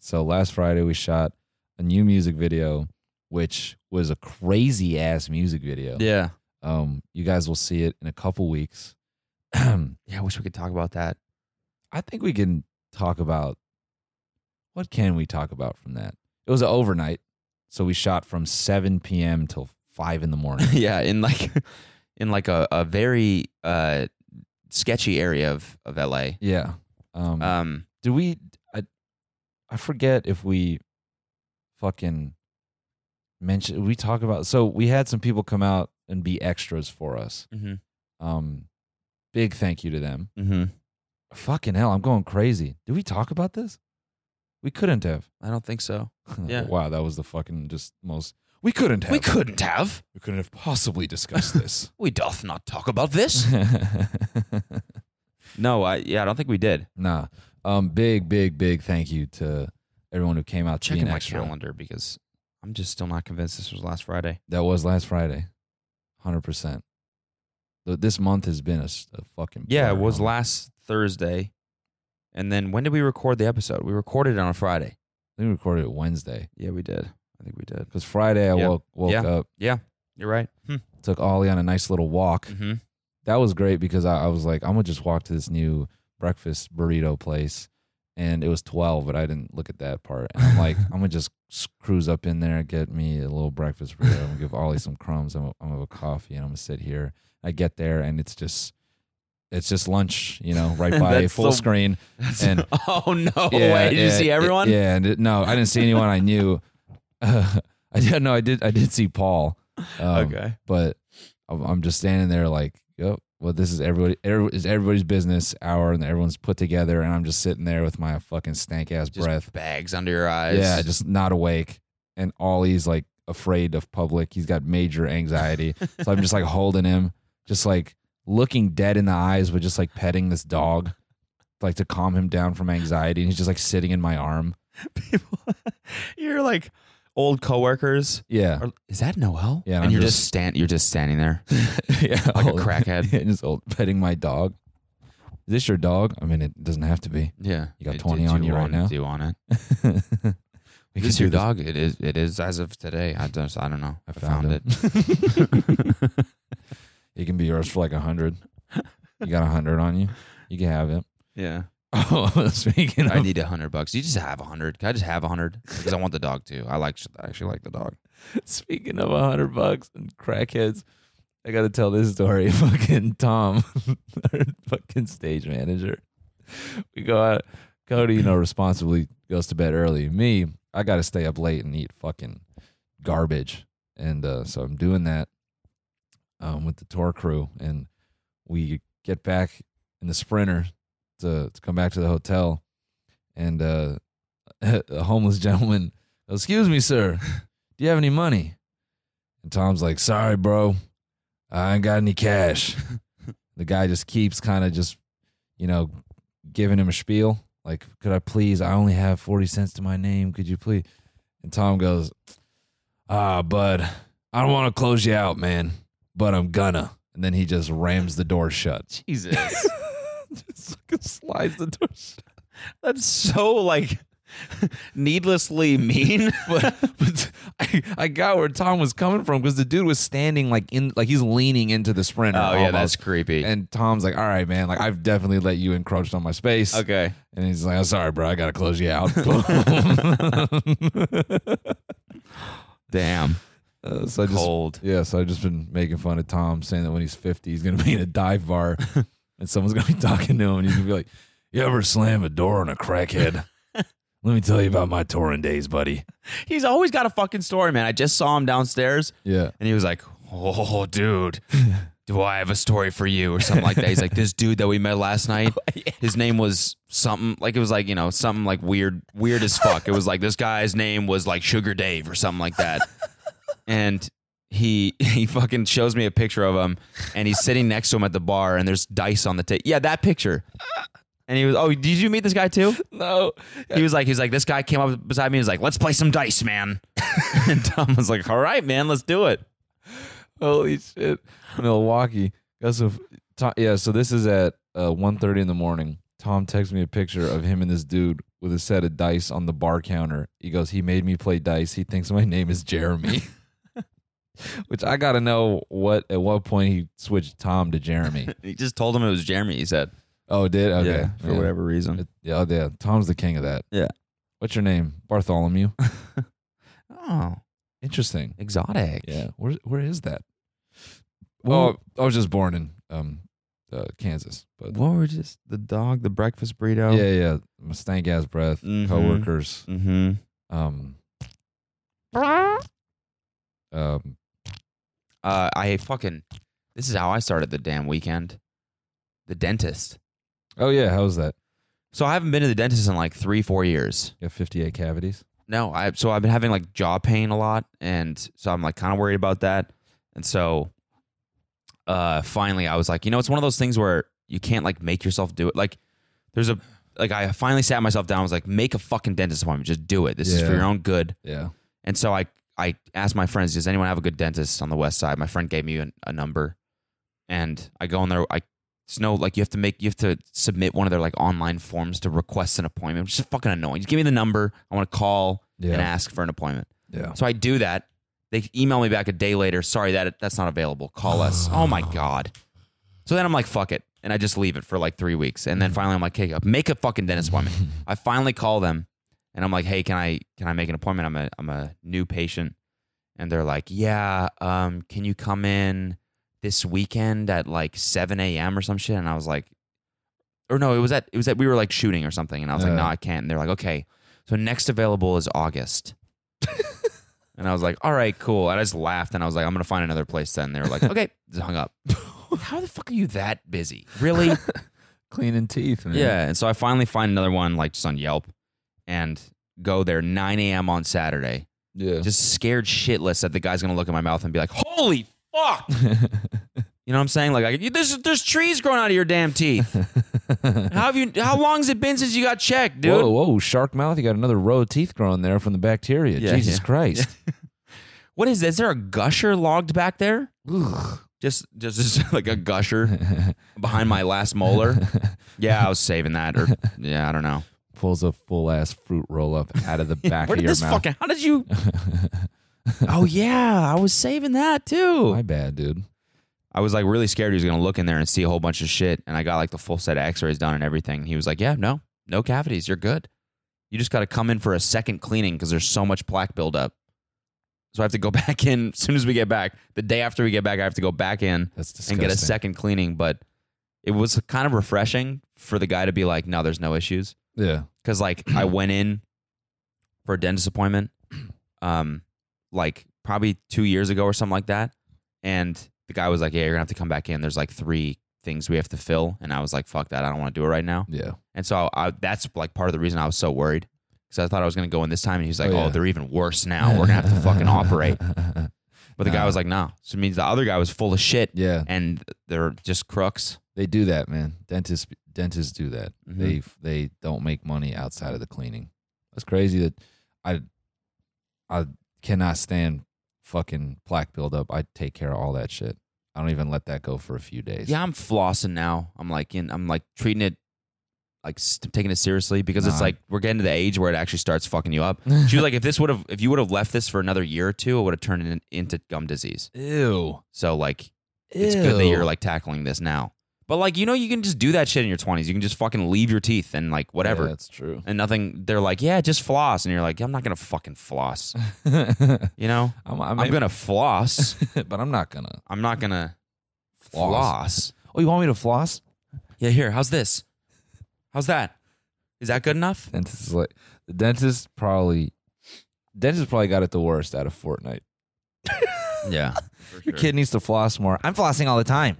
S2: So last Friday we shot a new music video, which was a crazy ass music video.
S1: Yeah,
S2: Um, you guys will see it in a couple weeks. <clears throat> I
S1: yeah. I wish we could talk about that. <laughs>
S2: think we can talk about what can we talk about from that? It was an overnight. So we shot from seven PM till five in the morning.
S1: <laughs> yeah, in like in like a a very uh sketchy area of of LA.
S2: yeah. Um,
S1: Um,
S2: Do we? I, I forget if we fucking mentioned. We talk about. So we had some people come out and be extras for us.
S1: mm-hmm.
S2: Um, big thank you to them.
S1: Mm-hmm.
S2: Fucking hell, I'm going crazy. Did we talk about this? We couldn't have. <laughs>
S1: I don't think so. Yeah.
S2: wow, that was the fucking just most. We couldn't have.
S1: We couldn't have.
S2: we couldn't have possibly discussed
S1: <laughs>
S2: this. <laughs>
S1: We doth not talk about this. no, I yeah, I don't think we did.
S2: nah. Um. Big, big, big thank you to everyone who came out to be
S1: Checking
S2: an
S1: my
S2: extra.
S1: calendar because I'm just still not convinced this was last Friday.
S2: That was last Friday. 100%. Th- This month has been a, s- a fucking.
S1: Yeah, it
S2: blur,
S1: was
S2: homie.
S1: last Thursday. And then when did we record the episode? We recorded it on a Friday.
S2: I think we recorded it Wednesday.
S1: Yeah, we did. I think we did.
S2: Because Friday I
S1: Yep.
S2: woke, woke
S1: Yeah.
S2: up,
S1: You're right.
S2: took Ollie on a nice little walk.
S1: Mm-hmm. <laughs>
S2: That was great because I, I was like, I'm going to just walk to this new breakfast burrito place. And it was 12, but I didn't look at that part. And
S1: <laughs>
S2: I'm like, I'm going to just s- cruise up in there, get me a little breakfast burrito. I'm going to give Ollie some crumbs. I'm going to have a coffee and I'm going to sit here. I get there and it's just. It's just lunch, you know,
S1: <laughs>
S2: right by
S1: That's
S2: full
S1: the-
S2: screen. And-
S1: <laughs> oh no way! Did you
S2: yeah,
S1: see
S2: yeah,
S1: everyone?
S2: Yeah, and it- no, I didn't see anyone
S1: <laughs>
S2: I knew. <laughs> Uh, I did no, I did I did see Paul. Um,
S1: okay.
S2: but I'm, I'm just standing there like, yep. Well, this is everybody. Every, is everybody's business hour, and everyone's put together, and I'm just sitting there with my fucking stank ass
S1: Just
S2: breath.
S1: bags under your eyes. <laughs>
S2: Yeah, just not awake. And Ollie's like afraid of public. He's got major anxiety. so I'm just like holding him, just like looking dead in the eyes, but just like petting this dog, like to calm him down from anxiety. And he's just like sitting in my arm.
S1: people. <laughs> You're like old coworkers.
S2: Yeah.
S1: Are, is that Noel?
S2: Yeah,
S1: and,
S2: and I'm
S1: you're just,
S2: just-
S1: stand, you're just standing there
S2: <laughs> yeah.
S1: like
S2: <laughs>
S1: a
S2: old-
S1: crackhead.
S2: Yeah, just old petting my dog. Is this your dog? I mean, it doesn't have to be. <laughs>
S1: Yeah,
S2: You got
S1: Do-
S2: 20
S1: do
S2: on you right
S1: want-
S2: now?
S1: Do you want it? This
S2: We could
S1: is
S2: do
S1: your
S2: this.
S1: dog. It is. It is as of today. I just. I don't know.
S2: I found,
S1: it.
S2: <laughs> it. it can be yours for like a hundred. You got a hundred on you. You can have it. <laughs>
S1: Yeah.
S2: Oh, <laughs> speaking
S1: I
S2: of,
S1: need a hundred bucks. You just have a hundred. Can I just have a hundred? Because I want the dog too. I like. I actually like the dog.
S2: <laughs> speaking of a hundred bucks and crackheads, I got to tell this story. <laughs> Fucking Tom, <laughs> our fucking stage manager. We go out. Cody, you know, responsibly goes to bed early. Me, I got to stay up late and eat fucking garbage. And uh, so I'm doing that um, with the tour crew, and we get back in the sprinter to, to come back to the hotel, and uh, <laughs> a homeless gentleman, excuse me, sir, do you have any money? And Tom's like, sorry, bro, I ain't got any <laughs> cash. the guy just keeps kind of just, you know, giving him a spiel. Like, could I please? I only have 40 cents to my name. Could you please? And Tom goes, Ah, bud, I don't want to close you out, man, but I'm gonna. And then he just rams the door shut.
S1: <laughs> Jesus,
S2: <laughs> just fucking slides the door shut.
S1: <laughs> that's so like <laughs> needlessly
S2: <laughs>
S1: mean.
S2: But, but I, I got where Tom was coming from because the dude was standing like in, like he's leaning into the sprinter.
S1: Oh yeah,
S2: almost.
S1: that's creepy.
S2: And Tom's like, all right, man, like I've definitely let you encroach on my space.
S1: okay.
S2: And he's like, I'm sorry, bro. I got to close
S1: <laughs>
S2: you out.
S1: Damn.
S2: Uh, so I just,
S1: Cold.
S2: yeah, so I've just been making fun of Tom saying that when he's 50, he's going to be in a
S1: <laughs>
S2: dive bar and someone's going to be talking to him and he's going to be like, You ever slam a door on
S1: <laughs>
S2: a crackhead? Let me tell you about my touring days, buddy.
S1: He's always got a fucking story, man. I just saw him downstairs,
S2: Yeah.
S1: and he was like, "Oh, dude." Do I have a story for you or something like that? He's like this dude that we met last night. His name was something like it was like you know something like weird, weird as fuck. It was like this guy's name was like Sugar Dave or something like that. and he <laughs> he fucking shows me a picture of him, and he's sitting next to him at the bar, and there's dice on the table. Yeah, that picture. And he was, oh, did you meet this guy too?
S2: No.
S1: He was like, he was like, this guy came up beside me and was like, let's play some dice, man. <laughs> and Tom was like, all right, man, let's do it.
S2: Holy shit. Milwaukee. That's a, Tom, yeah, so this is at uh, 1.30 in the morning. Tom texts me a picture of him and this dude with a set of dice on the bar counter. He goes, he made me play dice. He thinks my name
S1: <laughs>
S2: is Jeremy. Which I got to know what at what point he switched Tom
S1: <laughs>
S2: to Jeremy.
S1: He just told him it was Jeremy. He said,
S2: oh, it did? Okay.
S1: yeah, for
S2: yeah.
S1: whatever reason.
S2: It- yeah, oh, yeah. Tom's the king of that.
S1: Yeah.
S2: What's your name?
S1: <laughs>
S2: Bartholomew.
S1: Oh,
S2: Interesting.
S1: exotic.
S2: Yeah. Where where is that?
S1: Well-
S2: oh, I was just born in um uh, Kansas, but
S1: What were just the dog, the breakfast burrito?
S2: Yeah, yeah. My stank ass breath,
S1: Mhm.
S2: coworkers.
S1: Mm-hmm.
S2: Um, um,
S1: Uh, I fucking. This is how I started the damn weekend. The dentist.
S2: oh yeah, how was that?
S1: So I haven't been to the dentist in like three, four years.
S2: You have fifty-eight cavities.
S1: No, I so I've been having like jaw pain a lot, and so I'm like kind of worried about that. And so, uh, finally, I was like, you know, it's one of those things where you can't like make yourself do it. Like, there's a like I finally sat myself down. I was like, make a fucking dentist appointment. Just do it. This is for
S2: Yeah.
S1: your own good.
S2: Yeah.
S1: And so I I asked my friends, does anyone have a good dentist on the west side? My friend gave me an, a number, and I go in there. I it's no like you have to make you have to submit one of their like online forms to request an appointment, which is fucking annoying. Just give me the number. I want to call
S2: Yeah. Oh.
S1: and ask for an appointment.
S2: Yeah.
S1: So I do that. They email me back a day later. Sorry that that's not available. Call us. oh my god. So then I'm like, fuck it, and I just leave it for like three weeks, and then finally I'm like, hey, uh, make a fucking dentist appointment. I finally call them, and I'm like, hey, can I can I make an appointment? I'm a I'm a new patient, and they're like, yeah, um, can you come in this weekend at like 7 a.m. or some shit? And I was like, or no, it was at it was that we were like shooting or something, and I was like,
S2: Yeah.
S1: no, I can't. And they're like, okay, so next available is August. And I was like, all right, cool. And I just laughed and I was like, I'm going to find another place then. They were like, okay, just hung up. How the fuck are you that busy? Really?
S2: Cleaning teeth. Man.
S1: yeah. And so I finally find another one, like just on Yelp, and go there 9 a.m. on Saturday.
S2: Yeah. <laughs>
S1: Just scared shitless that the guy's going to look at my mouth and be like, holy fuck. You You know what I'm saying? Like, I, there's there's trees growing out of your damn <laughs> teeth. how have you? How long has it been since you got checked, dude?
S2: Whoa, whoa, shark mouth! You got another row of teeth growing there from the bacteria.
S1: Yeah,
S2: Jesus
S1: yeah.
S2: <laughs> Christ!
S1: What is? Is there a gusher logged back there?
S2: Ugh.
S1: Just, just, just <laughs> like a gusher behind my last molar. Yeah, I was saving that. Or yeah, I don't <laughs> know.
S2: <laughs> Pulls a full ass fruit roll up out of <laughs> the back
S1: Where
S2: of
S1: did
S2: your
S1: this
S2: mouth.
S1: fucking? How did you?
S2: <laughs>
S1: oh yeah, I was saving that too.
S2: My bad, dude.
S1: I was like really scared he was gonna look in there and see a whole bunch of shit. And I got like the full set of X-rays done and everything. And he was like, "Yeah, no, no cavities. You're good. You just got to come in for a second cleaning because there's so much plaque buildup." So I have to go <laughs> back in as soon as we get back. The day after we get back, I have to go back in
S2: That's disgusting.
S1: and get a second cleaning. But it was kind of refreshing for the guy to be like, "No, there's no issues."
S2: Yeah.
S1: because like
S2: <clears throat>
S1: I went in for a dentist appointment, um, like probably two years ago or something like that, and the guy was like, "Yeah, you're gonna have to come back in. There's like three things we have to fill," and I was like, "Fuck that! I don't want to do it right now."
S2: Yeah.
S1: And so I, that's like part of the reason I was so worried because I thought I was gonna go in this time, and he was like,
S2: Oh,
S1: "Oh,
S2: yeah.
S1: they're even worse now. We're gonna have to
S2: <laughs>
S1: fucking operate." But the guy
S2: Nah.
S1: was like, "No," so it means the other guy was full of shit,
S2: Yeah,
S1: and they're just crooks.
S2: they do that, man. Dentists dentists do that.
S1: Mhm.
S2: They they don't make money outside of the cleaning. That's crazy that I I cannot stand fucking plaque buildup. I take care of all that shit. I don't even let that go for a few days.
S1: Yeah, I'm flossing now. I'm like, in, I'm like treating it, like s- taking it seriously because it's
S2: Nah.
S1: like we're getting to the age where it actually starts fucking you
S2: <laughs>
S1: up. She was like, if this would have, if you would have left this for another year or two, it would have turned it into gum disease.
S2: Ew.
S1: So like, it's good that you're like tackling this now. But like, you know, you can just do that shit in your 20s. You can just fucking leave your teeth and like whatever. <laughs>
S2: that's true. <laughs>
S1: and nothing, they're like, yeah, just floss. And you're like, I'm not going to fucking floss.
S2: I'm,
S1: You know,
S2: <laughs> I
S1: I'm
S2: am
S1: going to
S2: <laughs>
S1: floss.
S2: gonna, but I'm not gonna.
S1: I'm not going to
S2: Floss.
S1: floss.
S2: Oh, you want me to floss?
S1: Yeah, here. How's this? How's that? Is that good enough?
S2: Dentist is like the dentist probably. Dentist probably got it the worst out of Fortnite.
S1: <laughs> Yeah.
S2: Your kid needs to floss more. I'm flossing all
S1: <laughs>
S2: the time.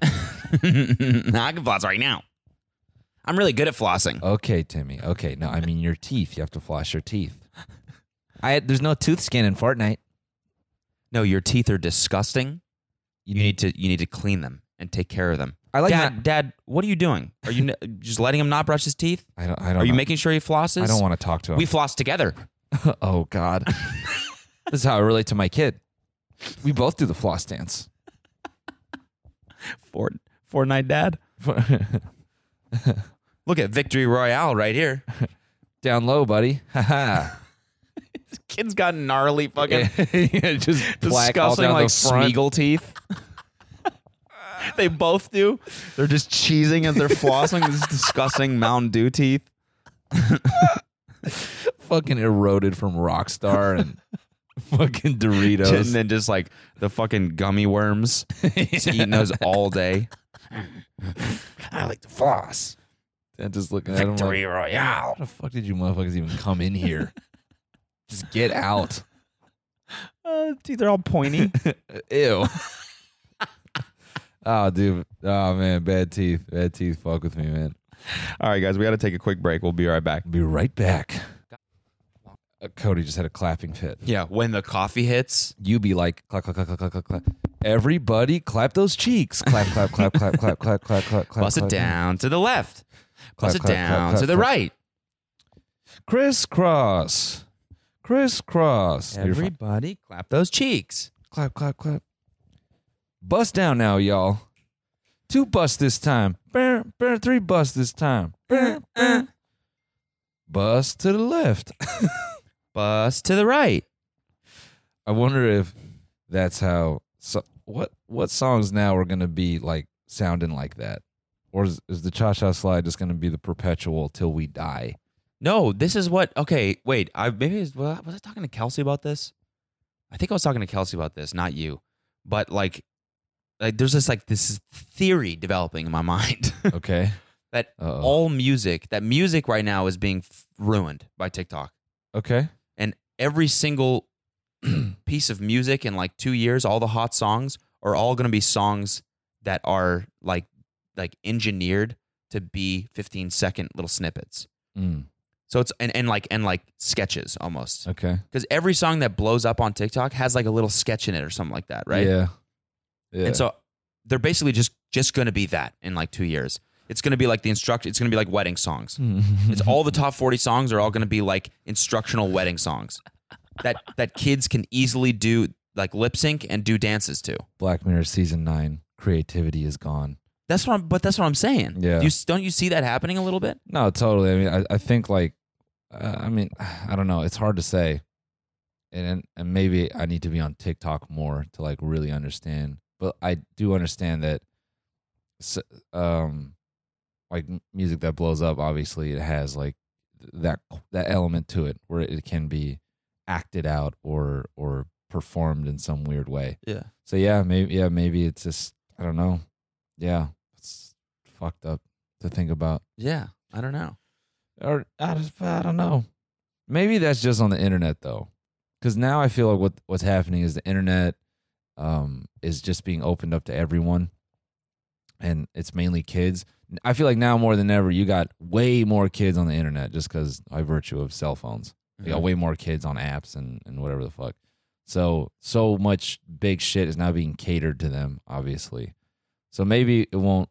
S1: I can floss right now. I'm really good at flossing.
S2: Okay, Timmy. Okay, no, I mean your teeth. You have to floss your teeth. I there's no tooth skin in Fortnite.
S1: No, your teeth are disgusting. You need to you need to clean them and take care of them.
S2: I like.
S1: dad,
S2: my-
S1: dad, what are you doing? Are you n- <laughs> just letting him not brush his teeth?
S2: I don't. I don't.
S1: Are you
S2: know.
S1: making sure he flosses?
S2: I don't want to talk to him.
S1: we floss together.
S2: <laughs> oh
S1: <laughs>
S2: God. this is how I relate to my kid. We both do the floss dance. <laughs>
S1: Fort, Fortnite dad. Look at Victory Royale right here.
S2: Down low, buddy. <laughs> Ha
S1: This <laughs> kid's got gnarly fucking
S2: <laughs> Just plaque all down the front.
S1: teeth. <laughs> they both do. They're just cheesing as they're flossing. <laughs> this disgusting Mountain Dew teeth.
S2: fucking eroded from Rockstar and
S1: <laughs>
S2: fucking
S1: And
S2: Doritos.
S1: then just like the fucking gummy <laughs> worms. Just eating those all day.
S2: I like to floss. And just looking at him like,
S1: Victory Royale.
S2: How the fuck did you motherfuckers even come
S1: <laughs>
S2: in here? Just get out.
S1: Uh, teeth are all <laughs> pointy.
S2: E-, Ew. oh, dude. Oh, man. Bad teeth. Bad teeth. Fuck with me, man.
S1: all right, guys, we got to take a quick break. We'll be right back.
S2: Be right back. Uh, Cody just had a clapping fit.
S1: Yeah, when the coffee hits.
S2: You be like, clap, clap, clap, clap, clap, clap, clap. Everybody clap those cheeks. Clap, clap, clap, clap, clap, clap, clap, clap, clap.
S1: Bust it
S2: clap.
S1: down to the left. Bust it
S2: Clap, clap, clap,
S1: down
S2: clap,
S1: to the
S2: clap.
S1: right.
S2: Crisscross. Crisscross. You're fine.
S1: Everybody clap those cheeks.
S2: Clap, clap, clap. Bust down now, y'all. Two busts this time. Bear, bear, three busts this time. Brr, brr. Bust to the left.
S1: Bust to the right.
S2: I wonder if that's how. So, what what songs now are gonna be like sounding like that, or is, is the cha cha slide just gonna be the perpetual till we die?
S1: No, this is what. Okay, wait. I maybe it was, was I- was I talking to Kelsey about this? I think I was talking to Kelsey about this, not you. But like, like there's this like this theory developing in my <laughs> mind
S2: Okay.
S1: <laughs> that
S2: Uh-oh.
S1: all music, that music right now is being f- ruined by TikTok,
S2: Okay.
S1: and every single <clears throat> piece of music in like two years, all the hot songs are all going to be songs that are like like engineered to be 15 second little snippets.
S2: Mm,
S1: So it's and, and like and like sketches almost.
S2: okay.
S1: Because every song that blows up on TikTok has like a little sketch in it or something like that, right?
S2: Yeah. Yeah.
S1: And so they're basically just just gonna be that in like two years. It's gonna be like the instruct. It's gonna be like wedding songs.
S2: Mm-hmm.
S1: it's all the top forty songs are all gonna be like instructional wedding songs that that kids can easily do like lip sync and do dances to.
S2: Black Mirror season nine creativity is gone.
S1: That's what I'm. But that's what I'm saying.
S2: Yeah.
S1: Do you, s- don't you see that happening a little bit?
S2: No, totally. I mean, I, I think like, uh, I mean, <sighs> I don't know. It's hard to say, and, and and maybe I need to be on TikTok more to like really understand. But I do understand that, s- um, like m- music that blows up, obviously it has like th- that that element to it where it can be acted out or or performed in some weird way.
S1: Yeah.
S2: So yeah, maybe yeah, maybe it's just I don't know. Yeah, it's fucked up to think about
S1: Yeah. I don't know.
S2: or I, just, I don't know. Maybe that's just on the internet though, because now I feel like what what's happening is the internet um, is just being opened up to everyone, and it's mainly kids. I feel like now more than ever, you got way more kids on the internet just because by virtue of cell phones. You
S1: Mm-hmm.
S2: got way more kids on apps and, and whatever the fuck. So so much big shit is now being catered to them, obviously. So maybe it won't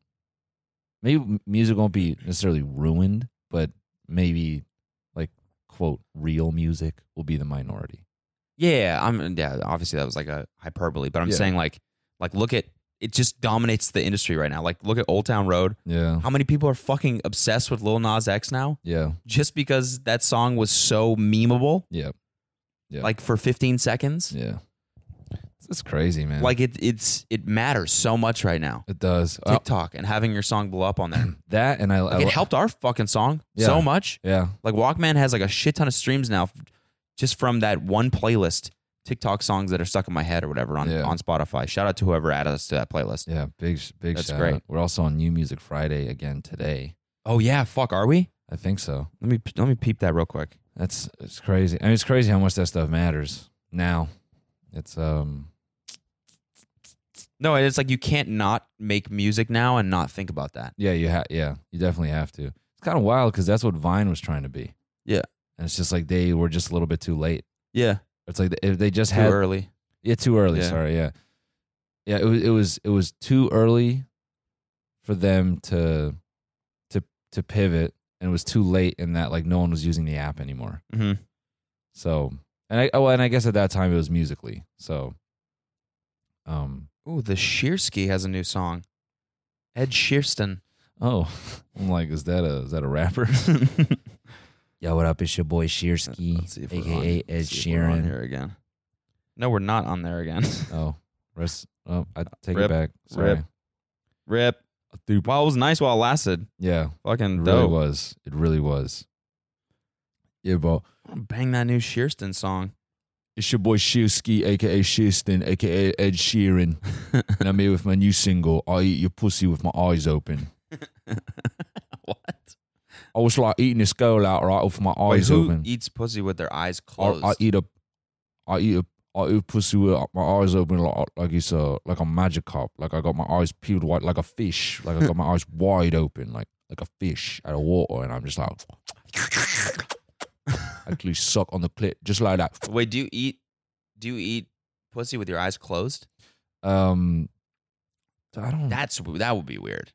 S2: maybe m- music won't be necessarily ruined, but maybe like quote real music will be the minority.
S1: Yeah, I'm yeah, obviously that was like a hyperbole, but I'm
S2: Yeah.
S1: saying like like look at it just dominates the industry right now. Like look at Old Town Road.
S2: Yeah.
S1: How many people are fucking obsessed with Lil Nas X now?
S2: Yeah.
S1: Just because that song was so memeable.
S2: Yeah. Yeah.
S1: Like for 15 seconds.
S2: Yeah. It's crazy, man.
S1: Like it it's it matters so much right now.
S2: it does. Uh,
S1: TikTok and having your song blow up on
S2: <clears throat>
S1: there.
S2: that and I, I
S1: Like it helped our fucking song
S2: Yeah.
S1: so much.
S2: Yeah.
S1: Like Walkman has like a shit ton of streams now f- just from that one playlist. TikTok songs that are stuck in my head or whatever on,
S2: Yeah.
S1: on Spotify. Shout out to whoever added us to that playlist.
S2: Yeah. Big sh- big
S1: That's
S2: shout
S1: great.
S2: out. We're also on New Music Friday again today.
S1: Oh yeah, fuck, are we?
S2: I think so.
S1: Let me let me peep that real quick.
S2: That's it's crazy. I mean, it's crazy how much that stuff matters now. It's um
S1: No, it's like you can't not make music now and not think about that.
S2: yeah you ha- yeah you definitely have to. It's kind of wild because that's what Vine was trying to be.
S1: Yeah.
S2: and it's just like they were just a little bit too late.
S1: Yeah,
S2: It's like if they just
S1: too
S2: had
S1: early.
S2: yeah too early.
S1: Yeah.
S2: Sorry, yeah, yeah. It was it was it was too early for them to to to pivot, and it was too late in that like no one was using the app anymore.
S1: hmm
S2: So and I oh and I guess at that time it was musically. So um
S1: Ooh, the Sheerski has a new song. Ed <laughs> Sheerston.
S2: Oh, <laughs> I'm like, is that a is that a rapper? Yo, what up? It's your boy
S1: Uh, Let's see if we're on- let's see if we're on here again. No, we're not on there again. <laughs>
S2: Oh, rest. Oh, I take
S1: Uh, Rip.
S2: it back. Sorry.
S1: Rip. Rip. Wow, it was nice while it lasted.
S2: Yeah, it
S1: Fucking
S2: really
S1: dope.
S2: was. It really was. Yeah, bro.
S1: I'm gonna Bang that new Sheerston song.
S2: It's your boy Sheerski, aka Sheerston, aka Ed
S1: <laughs>
S2: Sheeran, and I'm here with my new single. I eat your pussy with my eyes open.
S1: <laughs> what?
S2: I was like eating this girl out right with my
S1: Wait,
S2: eyes
S1: who
S2: open.
S1: eats pussy with their eyes closed?
S2: I, I eat a, I eat a, I eat pussy with uh, my eyes open like like it's a like a magic cup. Like I got my eyes peeled wide like a fish. Like I got my <laughs> eyes wide open like like a fish out of water, and I'm just like. <laughs> Actually, suck on the clit just like that.
S1: Wait, do you eat? Do you eat pussy with your eyes closed?
S2: Um, I don't.
S1: That's that would be weird.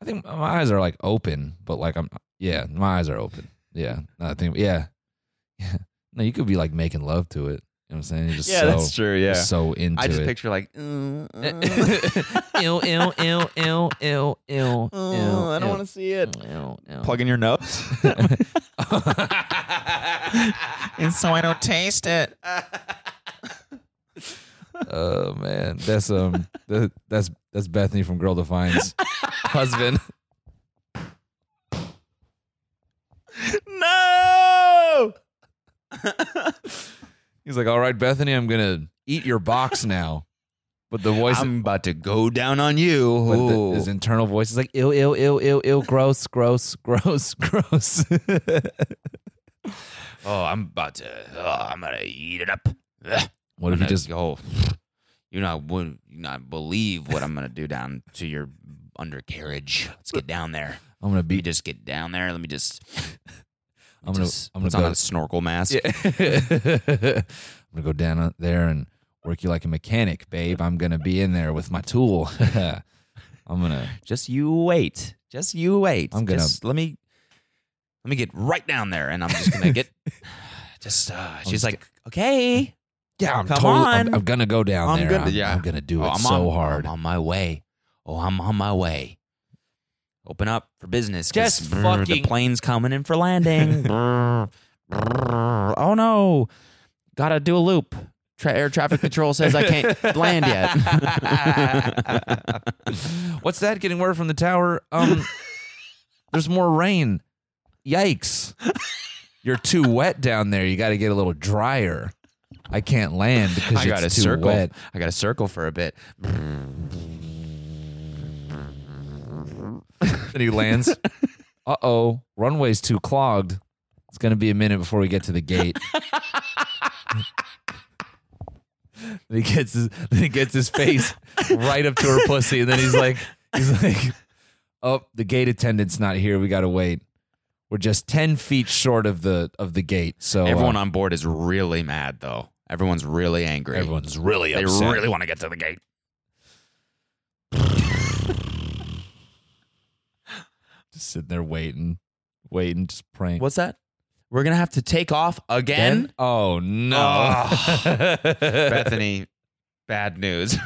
S2: I think my eyes are like open, but like I'm. Yeah, my eyes are open. Yeah, I think. Yeah, <laughs> yeah. No, you could be like making love to it. You know what I'm saying? You're just so,
S1: true.
S2: so into
S1: I just
S2: it.
S1: picture like, "Uh, ew, Eh, <laughs>
S2: ew, ew, ew, ew, ew, ew,
S1: oh, uh, I don't want to see it.
S2: to
S1: Plug in your nose, <laughs> and so I don't taste it.
S2: Oh man, that's um, that, that's that's Bethany from
S1: <laughs>
S2: Girl Defines husband.
S1: <laughs> no.
S2: He's like, all right, Bethany, I'm gonna eat your box now. But the voice,
S1: I'm about to go down on you.
S2: but the-
S1: Ooh.
S2: his internal voice is like, ew, ew, ew, ew, ew, gross, gross, <laughs>
S1: <laughs>
S2: gross, gross.
S1: oh, I'm about to. Oh, I'm gonna eat it up. Ugh. I'm
S2: what if you
S1: gonna
S2: just
S1: go? You not would you not believe what I'm gonna do down to your undercarriage. Let's get down there.
S2: I'm gonna
S1: Let me
S2: beat.
S1: just get down there. Let me just.
S2: I'm gonna.
S1: just-
S2: I'm gonna
S1: it's on
S2: go-
S1: a snorkel mask.
S2: <laughs> Yeah. I'm gonna go down out there and work you like a mechanic, babe. I'm gonna be in there with my tool. <laughs> I'm gonna.
S1: Just you wait. Just you wait.
S2: I'm gonna-
S1: Just let me let me get right down there, and I'm just gonna get. <sighs>
S2: <laughs>
S1: Just uh, she's
S2: just
S1: like, okay,
S2: Yeah, I'm
S1: Come
S2: totally. I'm,
S1: on.
S2: I'm gonna go down
S1: I'm
S2: there.
S1: gonna-
S2: I'm,
S1: yeah.
S2: I'm gonna do
S1: Oh,
S2: it
S1: I'm
S2: so
S1: on,
S2: hard.
S1: I'm on my way. Oh, I'm on my way. Open up for business. 'cause
S2: Just
S1: brr,
S2: fucking-
S1: the plane's coming in for landing. <laughs> Brr, brr. oh no, gotta do a loop. Tra- air traffic control says I <laughs> can't land yet.
S2: What's that getting word from the tower? <laughs> Um, there's more rain. Yikes! You're too wet down there. You got to get a little drier. I can't land because
S1: I got a
S2: it's too
S1: circle.
S2: wet.
S1: I got a circle for a bit.
S2: And
S1: <laughs>
S2: he lands. uh oh, runway's too clogged. It's gonna be a minute before we get to the
S1: <laughs>
S2: gate. then he gets his then he gets his face right up to her pussy, and then he's like, he's like, oh, the gate attendant's not here. We gotta wait. We're just ten feet short of the of the gate. So uh,
S1: Everyone on board is really mad though. Everyone's really angry.
S2: everyone's really
S1: they
S2: upset.
S1: really want to get to the gate.
S2: just sitting there waiting, waiting, just praying.
S1: What's that? We're gonna have to take off again.
S2: Then- Oh no,
S1: Oh.
S2: <laughs>
S1: <laughs> Bethany, bad news.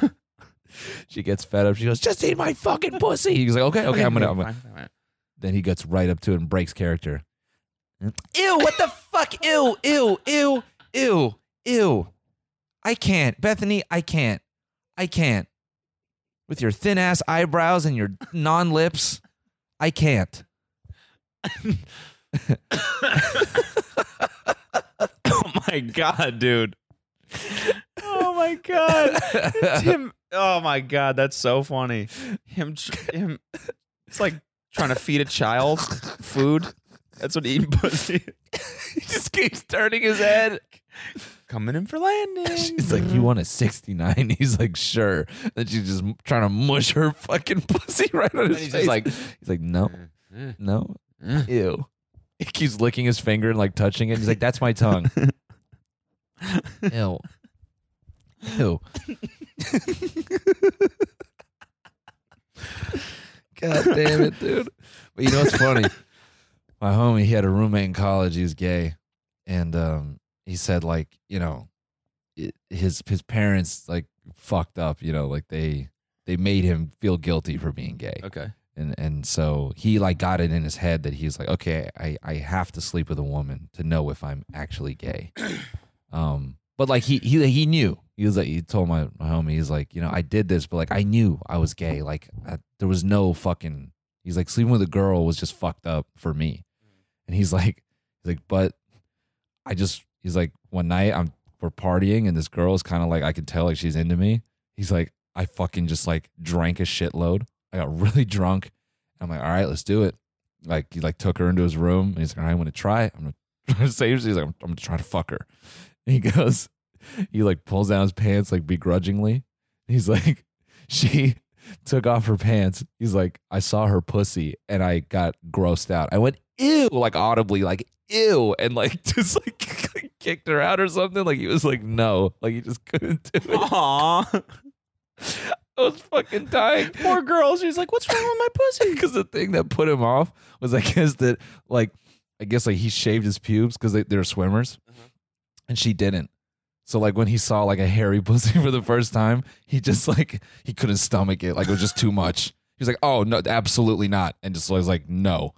S2: She gets fed up. She goes, "Just eat my fucking pussy." He's like, "Okay, okay, I'm gonna." I'm gonna. Then he gets right up to it and breaks character. Ew! What the fuck? Ew! Ew! Ew! Ew! Ew! I can't, Bethany. I can't. I can't. With your thin ass eyebrows and your non lips, I can't. <laughs>
S1: <laughs> oh my god, dude. Oh my god, Tim. Oh my god, that's so funny. Him, tr- him. It's like trying to feed a child food. That's what eating pussy.
S2: he just keeps turning his head.
S1: Coming in for <laughs> landing.
S2: <laughs> She's like,
S1: Mm-hmm.
S2: "You want a 69?" <laughs> He's like, "Sure." Then she's just trying to mush her fucking <laughs> pussy right on
S1: And
S2: his
S1: he's
S2: face.
S1: just like,
S2: He's like, "No, no,
S1: Mm.
S2: ew." He keeps licking his finger and like touching it. He's like, "That's my tongue."
S1: <laughs>
S2: ew, ew.
S1: <laughs>
S2: <laughs> God damn it, dude. But you know what's funny? <laughs> My homie, he had a roommate in college. He was gay, and um, he said like, you know, it, his his parents like fucked up. You know, like they they made him feel guilty for being gay
S1: okay.
S2: and and so he like got it in his head that he's like okay i i have to sleep with a woman to know if i'm actually gay um but like he he he knew he was like he told my, my homie he's like you know i did this but like i knew i was gay like I, there was no fucking he's like sleeping with a girl was just fucked up for me and he's like he's like but i just he's like one night i'm we're partying and this girl is kind of like i can tell like she's into me he's like i fucking just like drank a shitload I got really <laughs> drunk. I'm like, all right, let's do it. Like he like took her into his room and he's like, all right, I'm gonna try. it. I'm gonna <laughs> try to save her. He's like, I'm, I'm gonna try to fuck her. <laughs> And he goes, he like pulls down his pants like begrudgingly. He's like, <laughs> she took off her pants. He's like, I saw her pussy and I got grossed out. I went ew like audibly like ew and like <laughs> just like <laughs> kicked her out or something. Like he was like no, like he just <laughs> couldn't do it.
S1: Aww.
S2: I was fucking dying.
S1: Poor girl. She's like, what's wrong with my
S2: <laughs>
S1: pussy?
S2: because the thing that put him off was I guess that like I guess like he shaved his pubes because they, they're swimmers,
S1: Mm-hmm.
S2: and she didn't. So like when he saw like a hairy <laughs> pussy for the first time, he just like he couldn't stomach it. Like it was just too much. He was like, "Oh no, absolutely not," and just was like, "No,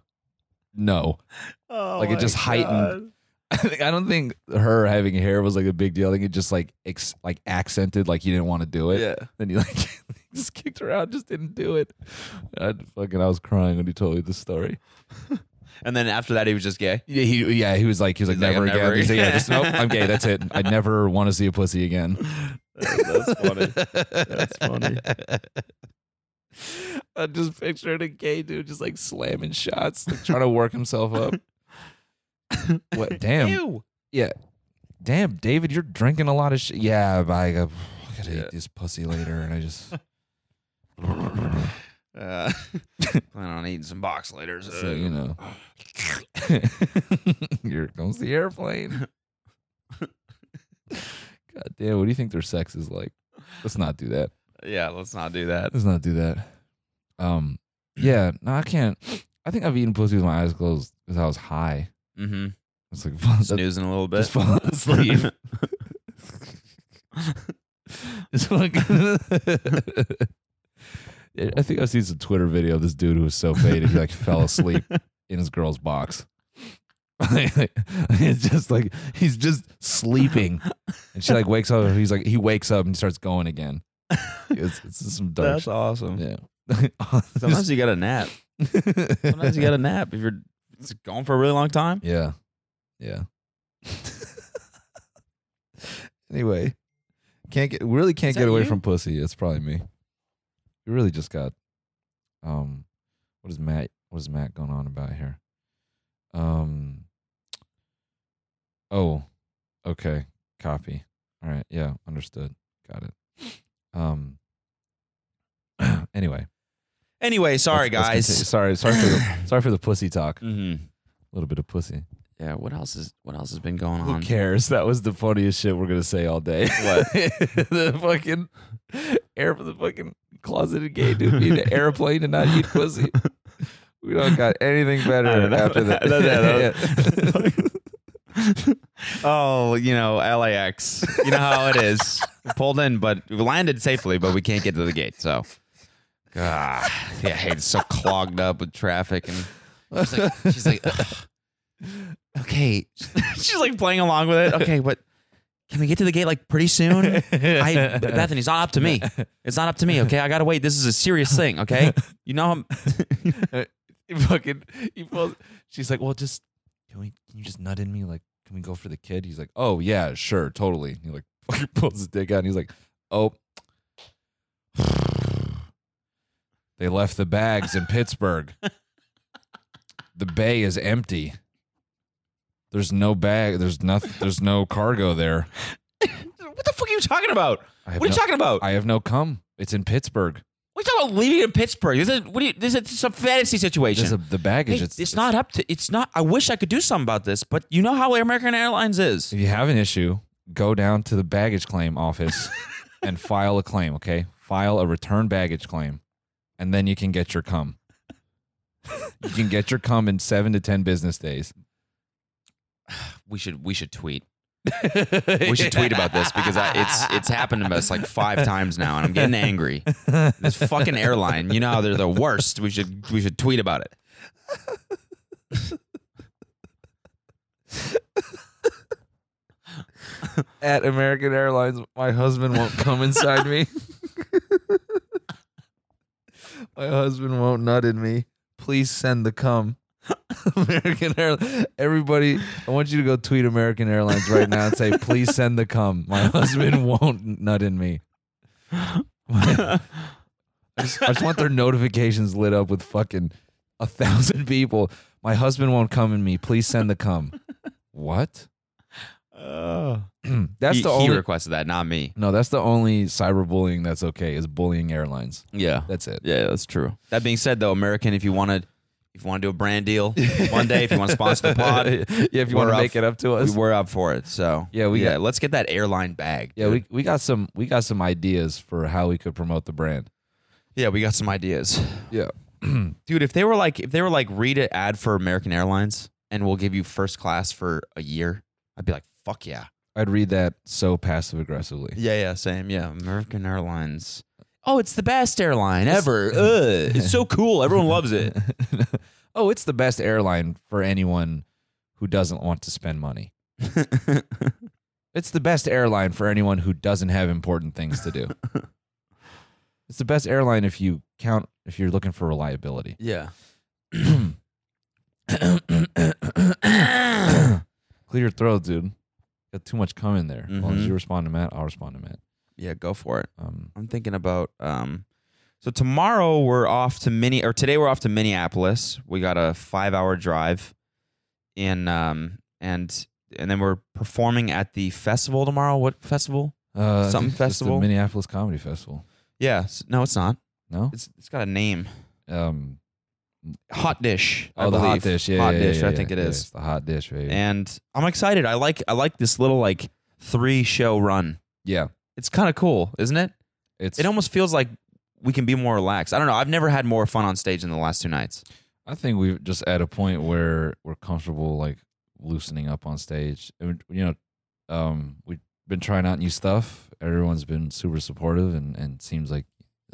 S2: no." <laughs>
S1: Oh
S2: Like, it
S1: my
S2: just heightened- I think- I don't think her having hair was like a big deal. I think it just like ex- like accented like he didn't want to do
S1: God.
S2: it.
S1: Yeah.
S2: Then he <laughs> like just kicked her out, just didn't do it. I fucking I was crying when he told me this story.
S1: And then after that, he was just gay.
S2: Yeah, he yeah he was like he was like
S1: He's like,
S2: never
S1: "I'm
S2: again.
S1: never
S2: He's like, yeah,
S1: again."
S2: just nope. I'm gay. That's it. I never want to see a pussy <laughs> again.
S1: That's <laughs> funny. That's funny.
S2: I'm just picturing a gay dude just like slamming shots, like trying to work himself up. <laughs> what? Damn.
S1: Ew.
S2: Damn, David, you're drinking a lot of shit. Yeah, but I, got- I gotta
S1: Yeah.
S2: eat this pussy later, and I <laughs> just <laughs>
S1: Uh, plan on eating some uh, box later. So,
S2: so you know. <laughs> Here comes the airplane. God damn, what do you think their sex is like? Let's not do that.
S1: Yeah, let's not do that.
S2: Let's not do that. Um, yeah, no, I can't. I think I've eaten pussy with my eyes closed because I was high.
S1: <laughs> Mm-hmm.
S2: It's like <laughs> fall, that-
S1: Snoozing a little bit. <laughs>
S2: just fall <laughs> asleep. It's <laughs> fucking- I think I've seen some Twitter video of this dude who was so faded he like fell asleep
S1: <laughs>
S2: in his girl's box. <laughs> it's just like he's just sleeping, and she like wakes up. And he's like he wakes up and starts
S1: <laughs>
S2: going again. It's, it's just some dark.
S1: That's awesome.
S2: <laughs> shit.
S1: <laughs> Sometimes you got a
S2: <laughs>
S1: nap.
S2: Yeah.
S1: Sometimes you got a nap if you're it's going for a really long time.
S2: Yeah. Yeah. <laughs> anyway, can't get really can't
S1: Is that
S2: get away
S1: you?
S2: from pussy. It's probably me. We really just got um what is Matt what is Matt going on about here? Um Oh, okay. Copy. All right. Yeah, understood. Got it. Um <clears throat> anyway.
S1: Anyway, sorry
S2: let's- let's
S1: guys.
S2: continue. sorry, sorry
S1: <laughs>
S2: for the sorry for the pussy talk. A
S1: Mm-hmm.
S2: little bit of pussy.
S1: Yeah, what else is what else has been going
S2: Who
S1: on?
S2: cares? That was the funniest shit we're gonna say all day.
S1: What?
S2: <laughs> the fucking air the fucking closeted gay dude in an airplane and not eat pussy. We don't got anything
S1: I don't
S2: better
S1: know. <laughs>
S2: after that.
S1: I don't know.
S2: <laughs> Yeah.
S1: oh, you know, LAX. You know how it is. We pulled in, but we landed safely, but we can't get to the gate. So, God, yeah, it's so clogged up with traffic. And she's like, she's like "Ugh. okay. <laughs> She's like playing along with it. Okay, but can we get to the gate like pretty soon? I, Bethany, it's not up to me. It's not up to me. Okay, I gotta wait. This is a serious thing. Okay, you know, I'm,
S2: <laughs> he fucking he pulls, she's like, Well just can we can you just nut in me? Like, can we go for the kid? He's like, Oh yeah, sure, totally. And he like <laughs> fucking pulls his dick out and he's like, Oh, <sighs> They left the bags in Pittsburgh. the bay is empty. There's no bag. There's nothing. There's no cargo there.
S1: what the fuck are you talking about?
S2: I have
S1: What are you
S2: no,
S1: talking about?
S2: I have no cum. It's in Pittsburgh.
S1: What are you talking about leaving in Pittsburgh? This is what do you, this is some fantasy situation.
S2: There's a, the
S1: Hey,
S2: baggage.
S1: it's, not up to. It's not. I wish I could do something about this, but you know how American Airlines is.
S2: If you have an issue, go down to the baggage claim <laughs> office and file a claim. Okay, file a return baggage claim, and then you can get your cum. you can get your cum in seven to ten business days.
S1: We should. We should tweet. We should tweet about this because I, it's it's happened to us like five times now, and I'm getting angry. This fucking airline. You know how they're the worst. We should we should tweet about it.
S2: at American Airlines, my husband won't come inside me. my husband won't nut in me. Please send the cum. <laughs> American Airlines. Everybody, I want you to go tweet American Airlines right now and say,
S1: <laughs>
S2: please send the cum. My husband won't nut in me. I just, I just want their notifications lit up with fucking a thousand people. My husband won't come in me. Please send the cum. What? <clears throat> That's
S1: Uh, he,
S2: the
S1: he
S2: only
S1: requested that, not me.
S2: no, that's the only cyberbullying that's okay is bullying airlines.
S1: Yeah.
S2: That's it.
S1: Yeah, that's true. That being said, though, American, if you wanted, if you want to do a brand <laughs> deal one day, if you want to sponsor the <laughs> pod,
S2: <laughs> yeah, if you
S1: we're
S2: want to
S1: up-
S2: make it up to
S1: we
S2: us.
S1: were up for it. So
S2: Yeah, we
S1: yeah,
S2: got-
S1: let's get that airline bag.
S2: yeah, we, we got some we got some ideas for how we could promote the brand.
S1: yeah, we got some ideas,
S2: Yeah.
S1: dude. If they were like, if they were like, read an ad for American Airlines, and we'll give you first class for a year. I'd be like, fuck yeah,
S2: I'd read that so passive aggressively.
S1: yeah, yeah, same, yeah. American Airlines. Oh, it's the best airline <laughs> ever. Ugh, it's so cool. Everyone loves <laughs> it.
S2: <laughs> oh, it's the best airline for anyone who doesn't want to spend money. It's the best airline for anyone who doesn't have important things
S1: <laughs>
S2: to do. it's the best airline if you count if you're looking for reliability.
S1: yeah.
S2: <coughs> Clear your throat, dude. Got too much cum in there. As long as
S1: Mhm.
S2: you respond to Matt, I'll respond to Matt.
S1: Yeah, go for it.
S2: Um,
S1: I'm thinking about um so tomorrow we're off to mini or today we're off to Minneapolis. We got a 5-hour drive in um and and then we're performing at the festival tomorrow. What festival?
S2: uh,
S1: Something
S2: it's just the
S1: festival?
S2: Minneapolis Comedy Festival.
S1: Yeah, s- no it's not.
S2: No.
S1: It's it's got a name.
S2: Um,
S1: Hot Dish. I
S2: oh, the hot
S1: believe.
S2: dish. Yeah,
S1: Hot
S2: yeah,
S1: Dish,
S2: yeah,
S1: I
S2: yeah,
S1: think it
S2: yeah,
S1: is.
S2: It's the hot dish, baby.
S1: And I'm excited. I like I like this little like 3 show run.
S2: yeah,
S1: It's kind of cool, isn't it?
S2: it's
S1: It almost feels like we can be more relaxed. I don't know. I've never had more fun on stage than the last two nights.
S2: I think we're just at a point where we're comfortable like loosening up on stage. And, you know, um, we've been trying out new stuff. Everyone's been super supportive and and seems like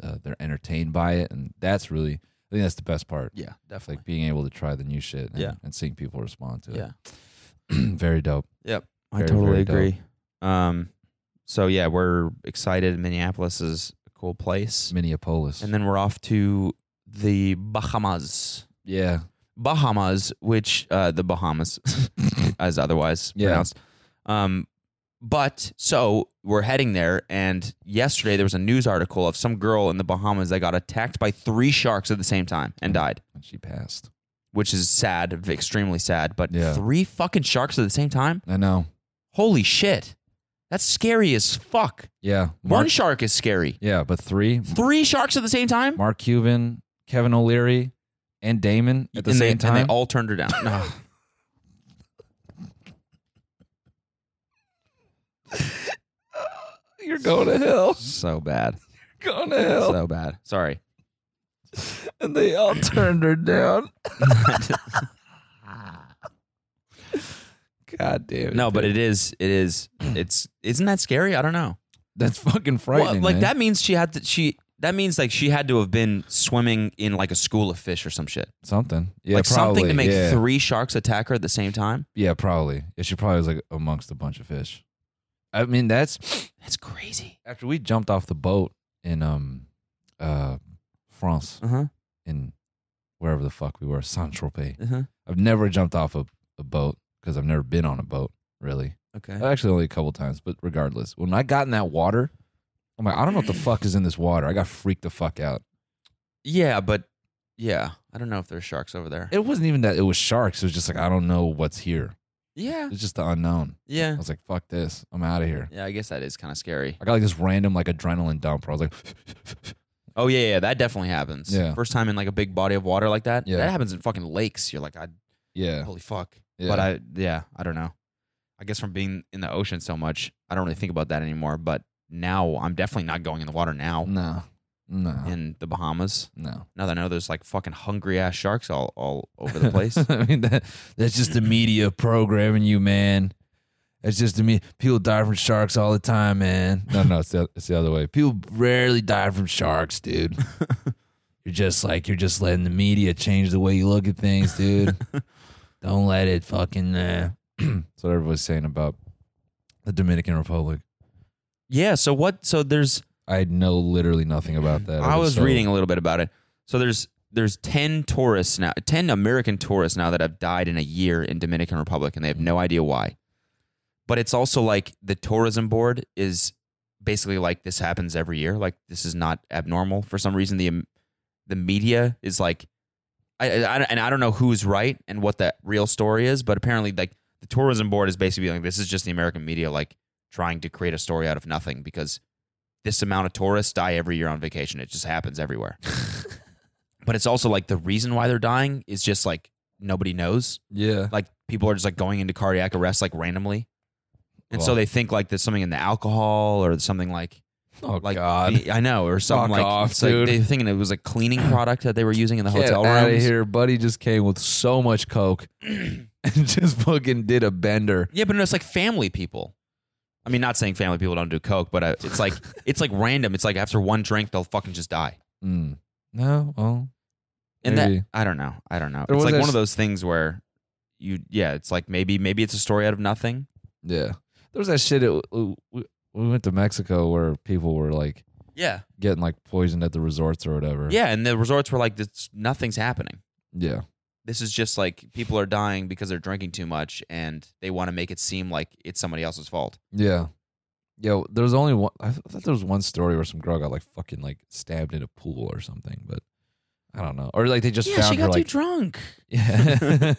S2: uh, they're entertained by it, and that's really I think that's the best part.
S1: Yeah,
S2: It's like being able to try the new shit and,
S1: Yeah.
S2: and seeing people respond to it.
S1: Yeah.
S2: <clears throat> Very dope.
S1: Yep. I
S2: Very,
S1: totally
S2: very dope.
S1: agree. Um, so yeah, we're excited. Minneapolis is a cool place,
S2: Minneapolis.
S1: and then we're off to the Bahamas.
S2: yeah.
S1: Bahamas, which uh, the Bahamas, <laughs> as otherwise
S2: Yeah.
S1: pronounced. Um, but so we're heading there, and yesterday there was a news article of some girl in the Bahamas that got attacked by three sharks at the same time and died,
S2: And she passed.
S1: which is sad, v- extremely sad. But
S2: Yeah.
S1: three fucking sharks at the same time?
S2: I know.
S1: Holy shit. That's scary as fuck.
S2: Yeah.
S1: One shark is scary.
S2: yeah, but three.
S1: Three sharks at the same time?
S2: Mark Cuban, Kevin O'Leary, and Damon at the
S1: And they-
S2: same time.
S1: And they all turned her
S2: <laughs>
S1: down. No.
S2: You're going to
S1: <laughs>
S2: hell.
S1: so bad.
S2: Going to hell.
S1: So bad. Oh.
S2: <laughs>
S1: Sorry.
S2: And they all turned her down. God damn it.
S1: No, but
S2: dude.
S1: it is. It
S2: <clears throat>
S1: is. It's. Isn't that scary? I don't know.
S2: that's fucking frightening.
S1: like
S2: man.
S1: that means she had to. She that means like she had to have been swimming in like a school of fish or some shit.
S2: Something. Yeah,
S1: like
S2: probably.
S1: something to make
S2: yeah.
S1: three sharks attack her at the same time.
S2: Yeah, probably. Yeah, she probably was like amongst a bunch of fish. I mean, that's <sniffs>
S1: That's crazy.
S2: after we jumped off the boat in um uh France
S1: Uh huh.
S2: in wherever the fuck we were, Saint Tropez.
S1: Uh huh.
S2: I've never jumped off a, a boat because I've never been on a boat really.
S1: Okay.
S2: Actually, only a couple times, but regardless, when I got in that water, I'm like, I don't know what the fuck is in this water. I got freaked the fuck out.
S1: yeah, but yeah, I don't know if there's sharks over there.
S2: It wasn't even that it was sharks. It was just like I don't know what's here.
S1: yeah.
S2: It's just the unknown. I
S1: Yeah.
S2: was like, fuck this. I'm out of here.
S1: Yeah. I guess that is kind of scary.
S2: I got like this random like adrenaline dump where I was like, <laughs>
S1: Oh yeah, yeah. That definitely happens.
S2: Yeah.
S1: First time in like a big body of water like that.
S2: Yeah.
S1: That happens in fucking lakes. You're like, I
S2: yeah,
S1: holy fuck.
S2: yeah.
S1: But I, yeah, I don't know. I guess from being in the ocean so much, I don't really think about that anymore. But now I'm definitely not going in the water now
S2: no, no,
S1: in the Bahamas.
S2: no.
S1: Now that I know there's like fucking hungry ass sharks all, all over
S2: <laughs>
S1: the place.
S2: I mean, that, that's just the media programming you, man. That's just the me. People die from sharks all the time, man. No, no, it's the, it's the other way. People rarely die from sharks, <laughs> dude. you're just like you're just letting the media change the way you look at things, <laughs> dude. Don't let it fucking. Uh. that's what everybody's saying about the Dominican Republic.
S1: yeah. So what? So there's.
S2: I know literally nothing about that. It
S1: I was
S2: so-
S1: reading a little bit about it. So there's there's ten tourists now, ten American tourists now that have died in a year in Dominican Republic, and they have no idea why. But it's also like the tourism board is basically like this happens every year. Like this is not abnormal for some reason. The the media is like, I, I I- and I don't know who's right and what the real story is, but apparently like the tourism board is basically like this is just the American media like trying to create a story out of nothing because this amount of tourists die every year on vacation. It just happens everywhere. <laughs> but it's also like the reason why they're dying is just like nobody knows.
S2: Yeah.
S1: Like people are just like going into cardiac arrest like randomly. And so
S2: Well-
S1: they think like there's something in the alcohol or something like
S2: Oh
S1: like
S2: God.
S1: the- I know or something
S2: Fuck
S1: like
S2: off,
S1: it's like
S2: dude.
S1: they're thinking it was a
S2: <clears throat>
S1: cleaning product that they were using in the hotel
S2: Get out
S1: rooms.
S2: here, buddy. Just came with so much coke <laughs> and just fucking did a bender.
S1: <clears throat> Yeah, but no, it's like family people. I mean, not saying family people don't do coke, but uh, it's <laughs> like it's like random. It's like after one drink they'll fucking just die.
S2: Mm. No, well,
S1: And
S2: Maybe.
S1: that I don't know. I don't know.
S2: There
S1: it's
S2: was
S1: like
S2: this-
S1: one of those things where you yeah, it's like maybe maybe it's a story out of nothing.
S2: yeah. There was that shit. It, we we went to Mexico where people were like
S1: Yeah.
S2: getting like poisoned at the resorts or whatever.
S1: Yeah, and the resorts were like this nothing's happening.
S2: yeah,
S1: This is just like people are dying because they're drinking too much and they want to make it seem like it's somebody else's fault.
S2: yeah. Yo, there was only one. I thought there was one story where some girl got like fucking like stabbed in a pool or something, but I don't know. Or like they just found her like
S1: drunk.
S2: Yeah.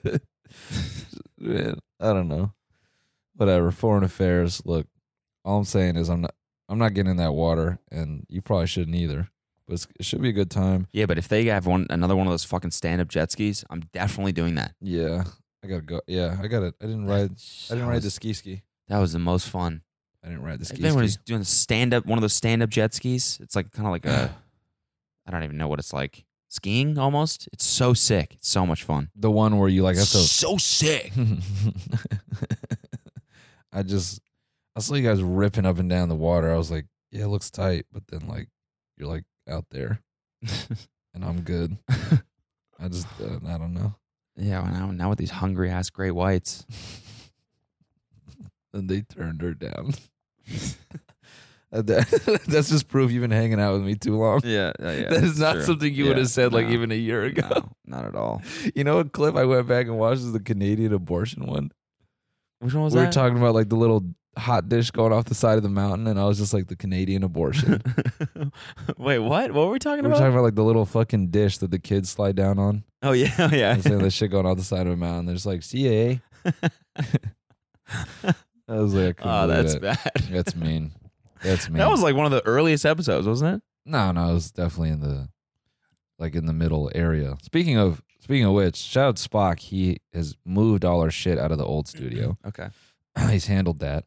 S2: <laughs> Man, I don't know. Whatever. Foreign affairs. Look, all I'm saying is I'm not I'm not getting in that water, and you probably shouldn't either. But it's, it should be a good time.
S1: Yeah, but if they have one another one of those fucking stand up jet skis, I'm definitely doing that.
S2: Yeah, I gotta go. Yeah, I got it. I didn't ride. I didn't
S1: That
S2: ride
S1: was-
S2: the ski ski.
S1: That was the most fun.
S2: I didn't ride the
S1: It's
S2: ski.
S1: been when he's doing stand up, one of those stand up jet skis. It's like kind of like <sighs> a, I don't even know what it's like. Skiing almost. It's so sick. It's so much fun.
S2: the one where you like have to.
S1: so <laughs> sick.
S2: <laughs> I just I saw you guys ripping up and down the water. I was like, yeah, it looks tight, but then like you're like out there, and
S1: <laughs>
S2: I'm good. I just uh, I don't know. <laughs>
S1: yeah, well, now, now with these hungry ass great whites.
S2: And they turned her down. <laughs> That- <laughs> That's just proof you've been hanging out with me too long.
S1: Yeah, <laughs> yeah, yeah.
S2: that is not something you would have said like
S1: no,
S2: even a year ago.
S1: No, not at all.
S2: You know what clip I went back and watched is the Canadian abortion one.
S1: Which one was
S2: we were
S1: that?
S2: talking about like the little hot dish going off the side of the mountain, and I was just like the
S1: <laughs>
S2: Canadian abortion.
S1: Wait, what? What were we
S2: we
S1: talking
S2: were
S1: about?
S2: talking about like the little fucking dish that the kids slide down on.
S1: oh yeah, oh,
S2: I
S1: yeah.
S2: was saying this shit going off the side of a mountain. There's like CA. I was like, I
S1: <laughs>
S2: couldn't
S1: oh,
S2: believe
S1: that's
S2: it.
S1: bad.
S2: That's mean. That's
S1: <laughs>
S2: mean.
S1: That was like one of the earliest episodes, wasn't it?
S2: No, no, it was definitely in the like in the middle area. Speaking of speaking of which, shout out Spock. He has moved all our shit out of the old studio.
S1: Okay.
S2: <clears throat> He's handled that,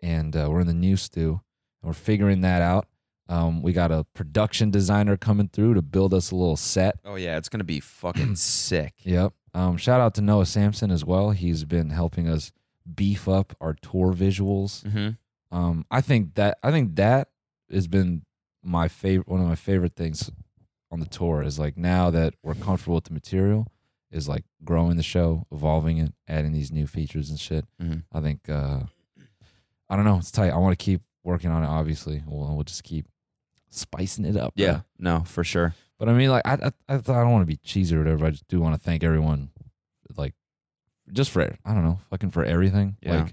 S2: and uh, we're in the new stew. And we're figuring that out. Um, we got a production designer coming through to build us a little set.
S1: Oh yeah, it's gonna be <clears throat> fucking sick.
S2: Yep. Um, shout out to Noah Sampson as well. He's been helping us beef up our tour visuals.
S1: Mm-hmm.
S2: Um, I think that I think that has been my favorite. One of my favorite things on the tour is like now that we're comfortable with the material, is like growing the show, evolving it, adding these new features and shit.
S1: Mhm.
S2: I think uh, I don't know. It's tight. I want to keep working on it. Obviously, we'll, we'll just keep spicing it up. bro.
S1: Yeah. No, for sure.
S2: But I mean, like, I I, I thought I don't want to be cheesy or whatever. I just do want to thank everyone, like, just for I don't know, fucking for everything.
S1: Yeah.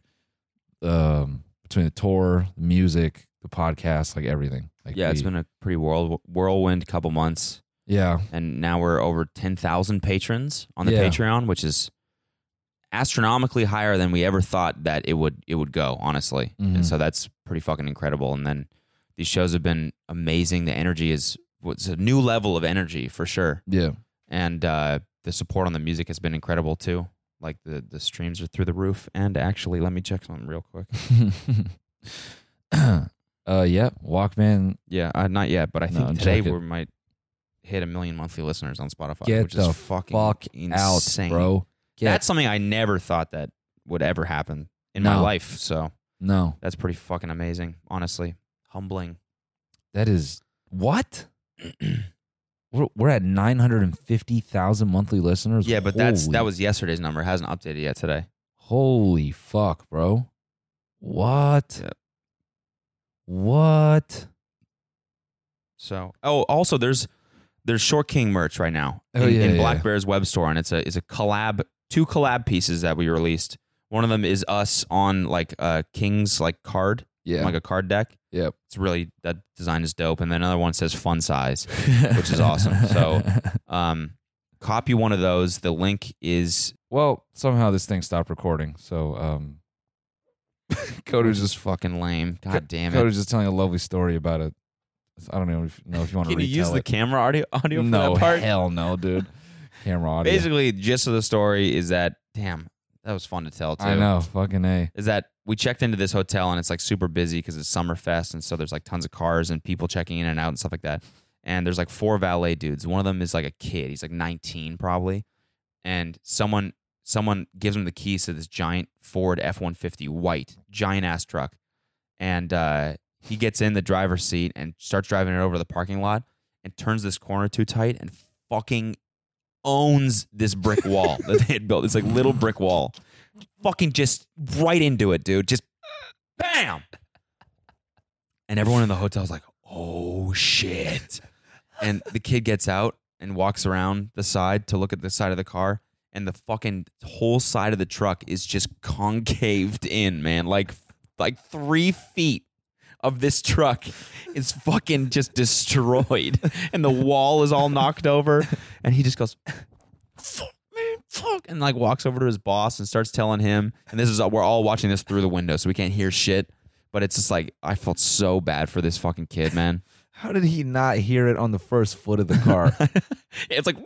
S2: Like, um, between the tour, the music, the podcast, like everything. Like,
S1: Yeah, it's
S2: we-
S1: been a pretty whirl- whirlwind couple months,
S2: yeah,
S1: and now we're over ten thousand patrons on the
S2: Yeah.
S1: Patreon, which is astronomically higher than we ever thought that it would it would go. Honestly,
S2: Mhm.
S1: and so that's pretty fucking incredible. And then these shows have been amazing. The energy is what's a new level of energy for sure.
S2: yeah. <laughs>
S1: and uh, the support on the music has been incredible too. Like the the streams are through the roof. And actually, let me check something real quick.
S2: uh, yeah. Walkman,
S1: Yeah, uh, not yet, but I think
S2: No,
S1: today
S2: check it.
S1: we might hit a million monthly listeners on Spotify,
S2: Get
S1: which is
S2: the
S1: fucking
S2: fuck
S1: insane.
S2: out, bro. Get-
S1: That's something I never thought that would ever happen in my
S2: No.
S1: life. So
S2: no,
S1: that's pretty fucking amazing. Honestly, humbling.
S2: that is
S1: <clears throat>
S2: what. We're, we're at nine hundred and fifty thousand monthly listeners.
S1: Yeah, but that's
S2: Holy
S1: that was yesterday's number. It hasn't updated yet today.
S2: Holy fuck, bro. What?
S1: Yep.
S2: What?
S1: So, oh, also there's there's Short King merch right now
S2: Oh,
S1: in,
S2: yeah,
S1: in
S2: yeah,
S1: Black
S2: yeah.
S1: Bear's web store, and it's a it's a collab two collab pieces that we released. One of them is us on like uh King's like card,
S2: Yeah.
S1: like a card deck.
S2: Yep.
S1: It's really that design is dope, and then another one says fun size.
S2: <laughs>
S1: Which is awesome. So- Um, copy one of those. The link <laughs> is
S2: well, somehow this thing stopped recording. So, um, Coda was
S1: just
S2: just
S1: fucking lame. God damn
S2: Coda
S1: it.
S2: was just telling a lovely story about it. I don't know if, know if you want to
S1: Can you
S2: retell
S1: use the
S2: it.
S1: camera audio audio for
S2: no,
S1: that part?
S2: hell
S1: <laughs>
S2: no, dude. Camera audio.
S1: Basically, the gist of the story is that damn, that was fun to tell too.
S2: I know, fucking a.
S1: is that we checked into this hotel and it's like super busy because it's Summerfest and so there's like tons of cars and people checking in and out and stuff like that. And there's like four valet dudes. One of them is like a kid. He's like 19 probably. And someone someone gives him the keys to this giant Ford F150 white giant ass truck. And uh, he gets in the driver's seat and starts driving it over the parking lot and turns this corner too tight and fucking owns this brick wall that they had built. It's like little brick wall fucking just right into it, dude. Just bam. And everyone in the hotel's like, oh shit. And the kid gets out and walks around the side to look at the side of the car. And the fucking whole side of the truck is just concaved in, man. Like like three feet of this truck is fucking just destroyed. And the wall is all knocked over. And he just goes, fuck, man, fuck, and like walks over to his boss and starts telling him. And this is we're all watching this through the window, so we can't hear shit. But it's just like I felt so bad for this fucking kid,
S2: <laughs>
S1: man.
S2: How did he not hear it on the first foot of <laughs> the car?
S1: it's like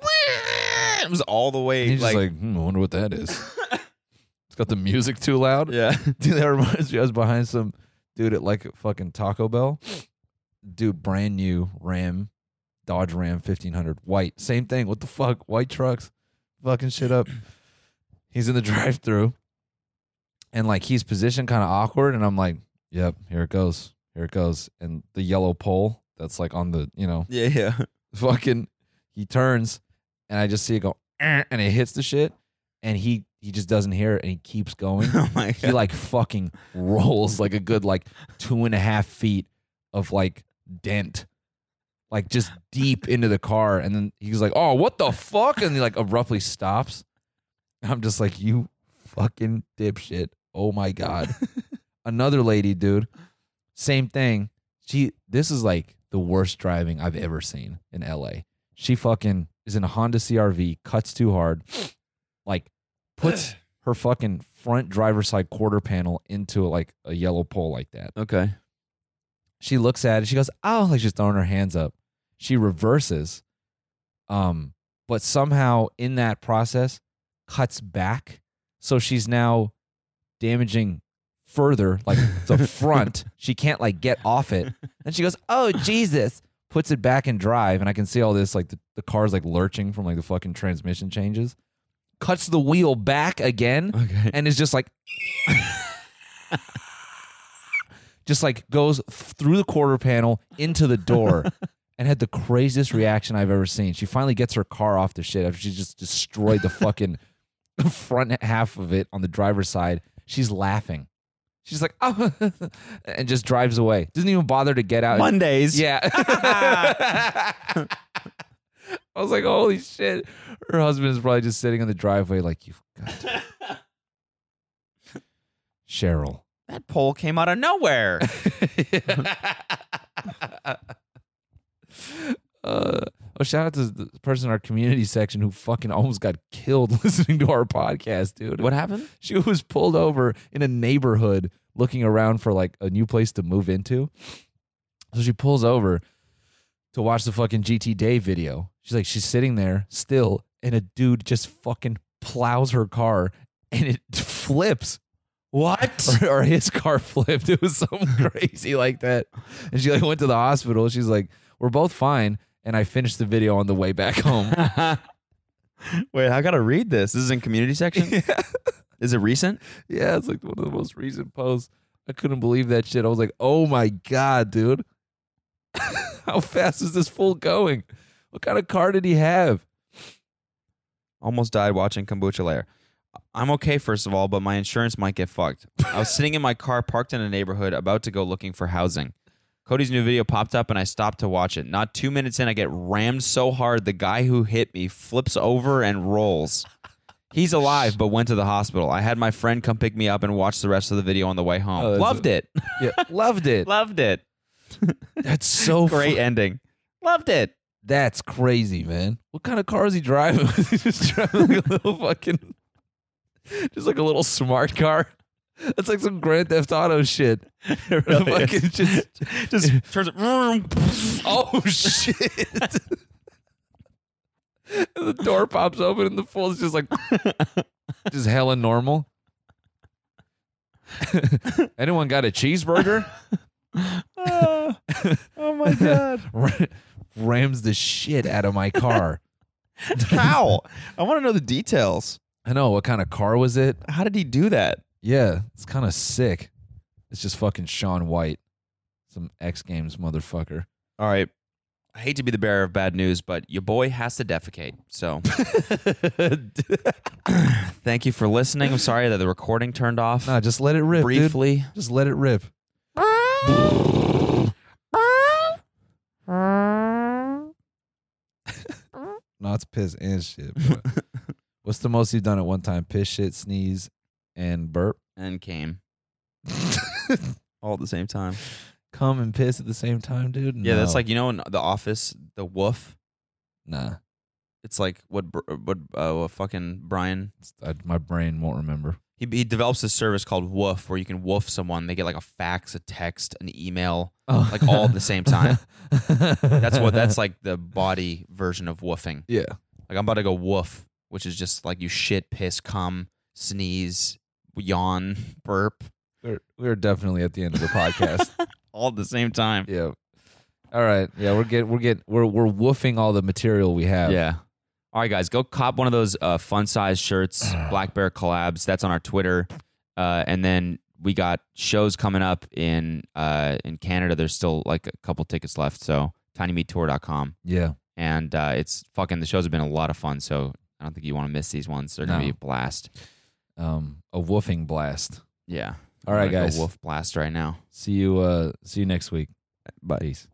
S1: it was all the way
S2: He's
S1: like,
S2: just like, hmm, I wonder
S1: <laughs>
S2: what that is. it's got the music too loud.
S1: yeah, <laughs>
S2: <laughs> Dude, that reminds me. I was behind some dude at like fucking Taco Bell. Dude, brand new Ram, Dodge Ram 1500, white. Same thing. What the fuck? White trucks, fucking shit up. He's in the <laughs> drive through and like he's positioned kind of awkward. And I'm like, yep, here it goes. Here it goes. And the yellow pole that's like on the, you know, <laughs>
S1: Yeah, yeah.
S2: fucking he turns and I just see it go "Eh," and it hits the shit and he he just doesn't hear it and he keeps going.
S1: <laughs> oh my god.
S2: he like fucking rolls like a good like two and a half feet of like dent. Like just deep into the car and then he's like, Oh, what the fuck? And he like abruptly stops. And I'm just like, You fucking dipshit. Oh my god. Another lady, dude. Same thing. She this is like the worst driving I've ever seen in LA. She fucking is in a Honda CRV, cuts too hard, <sniffs> like puts her fucking front driver's side quarter panel into like a yellow pole like that.
S1: <laughs> okay.
S2: She looks at it, she goes, Oh, like she's throwing her hands up. She reverses. Um, but somehow in that process cuts back. So she's now damaging further, like
S1: <laughs>
S2: the front. She can't like get off it. And she goes, "Oh Jesus!" Puts it back in drive, and I can see all this like the, the car's like lurching from like the fucking transmission changes. Cuts the wheel back again,
S1: Okay.
S2: and is just like, just like goes through the quarter panel into the door, and had the craziest reaction I've ever seen. She finally gets her car off the shit after she just destroyed the fucking <laughs> front half of it on the driver's side. She's laughing. She's like, <laughs> oh, and just drives away. Doesn't even bother to get out. and
S1: Mondays.
S2: <laughs> yeah. <laughs> I was like, holy shit. Her husband is probably just sitting in the driveway, like, you've got to. Cheryl.
S1: That poll came out of
S2: <laughs>
S1: nowhere.
S2: uh, oh, shout out to the person in our community section who fucking almost got killed <laughs> listening to our podcast, dude.
S1: what happened?
S2: She was pulled over in a neighborhood looking around for like a new place to move into. So she pulls over to watch the fucking GT Day video. She's like, she's sitting there still, and a dude just fucking plows her car and it <laughs> flips.
S1: What?
S2: Or, or his car <laughs> flipped. It was something <laughs> crazy like that. And she like went to the hospital. She's like, we're both fine. And I finished the video on the way back home. <laughs>
S1: Wait, I gotta read this. This is in community
S2: <laughs>
S1: section. Is it recent?
S2: Yeah, it's like one of the most recent posts. I couldn't believe that shit. I was like, oh my God, dude. <laughs> How fast is this fool going? What kind of car did he have?
S1: Almost died watching kombucha layer. I'm okay, first of all, but my insurance might get fucked. I
S2: <laughs>
S1: was sitting in my car parked in a neighborhood about to go looking for housing. Cody's new video popped up and I stopped to watch it. Not two minutes in, I get rammed so hard the guy who hit me flips over and rolls. He's alive, but went to the hospital. I had my friend come pick me up and watch the rest of the video on the way home.
S2: Oh, that's
S1: Loved
S2: <laughs>
S1: it.
S2: Yeah, loved it.
S1: Loved it.
S2: That's so
S1: Great
S2: fu-
S1: ending. Loved it.
S2: <laughs> That's crazy, man. What kind of car is he driving? <laughs> He's just driving like a little fucking, just like a little smart car. That's like some Grand Theft Auto shit.
S1: really
S2: <laughs> Fucking just
S1: Just turns <laughs>
S2: <laughs>
S1: it.
S2: Oh shit! And the door pops open and the fool's just <laughs> like, just hella normal. <laughs> Anyone got a cheeseburger?
S1: oh, my god!
S2: Ra- <laughs> Rams the shit out of my car.
S1: How? I want to know the details.
S2: <laughs> I know what kind of car was it.
S1: How did he do that?
S2: Yeah, it's kind of sick. It's just fucking Sean White, some X Games motherfucker.
S1: All right. I hate to be the bearer of bad news, but your boy has to defecate. <laughs> So, thank you for listening. I'm sorry that the recording turned off
S2: nah, just let it rip, dude.
S1: briefly.
S2: Just let
S1: <laughs>
S2: it rip. No, it's piss and shit. bro.
S1: <laughs>
S2: What's the most you've done at one time? Piss, shit, sneeze,
S1: <laughs>
S2: and burp.
S1: And came all at the same time.
S2: Come and piss at the same time, dude.
S1: Yeah, that's
S2: No.
S1: like you know in the office, the woof.
S2: nah.
S1: It's like what Br- what uh, what fucking Brian
S2: It's- I, my brain won't remember.
S1: he, he develops this service called Woof, where you can woof someone. They get like a fax, a text, an email,
S2: Oh.
S1: like all at the <laughs> same
S2: <laughs>
S1: time. That's what that's like the body version of woofing.
S2: Yeah.
S1: Like I'm about to go woof, which is just like you shit, piss, cum, sneeze, yawn, <laughs> burp,
S2: We're we're definitely at the end of
S1: <laughs>
S2: the podcast.
S1: all at the same time.
S2: yeah. All right. Yeah, we're get we're get we're we're woofing all the material we have.
S1: Yeah. All right, guys, go cop one of those uh, fun size shirts, Black Bear collabs. That's on our Twitter, uh, and then we got shows coming up in uh, in Canada. There's still like a couple tickets left, so tinymeattour.com.
S2: Yeah.
S1: And uh, it's fucking the shows have been a lot of fun, so I don't think you want to miss these ones. They're gonna
S2: No.
S1: be a blast.
S2: Um a woofing blast.
S1: Yeah.
S2: All right,
S1: I'm gonna go
S2: guys.
S1: Wolf blast right now.
S2: See you uh see you next week.
S1: Bye.
S2: Peace.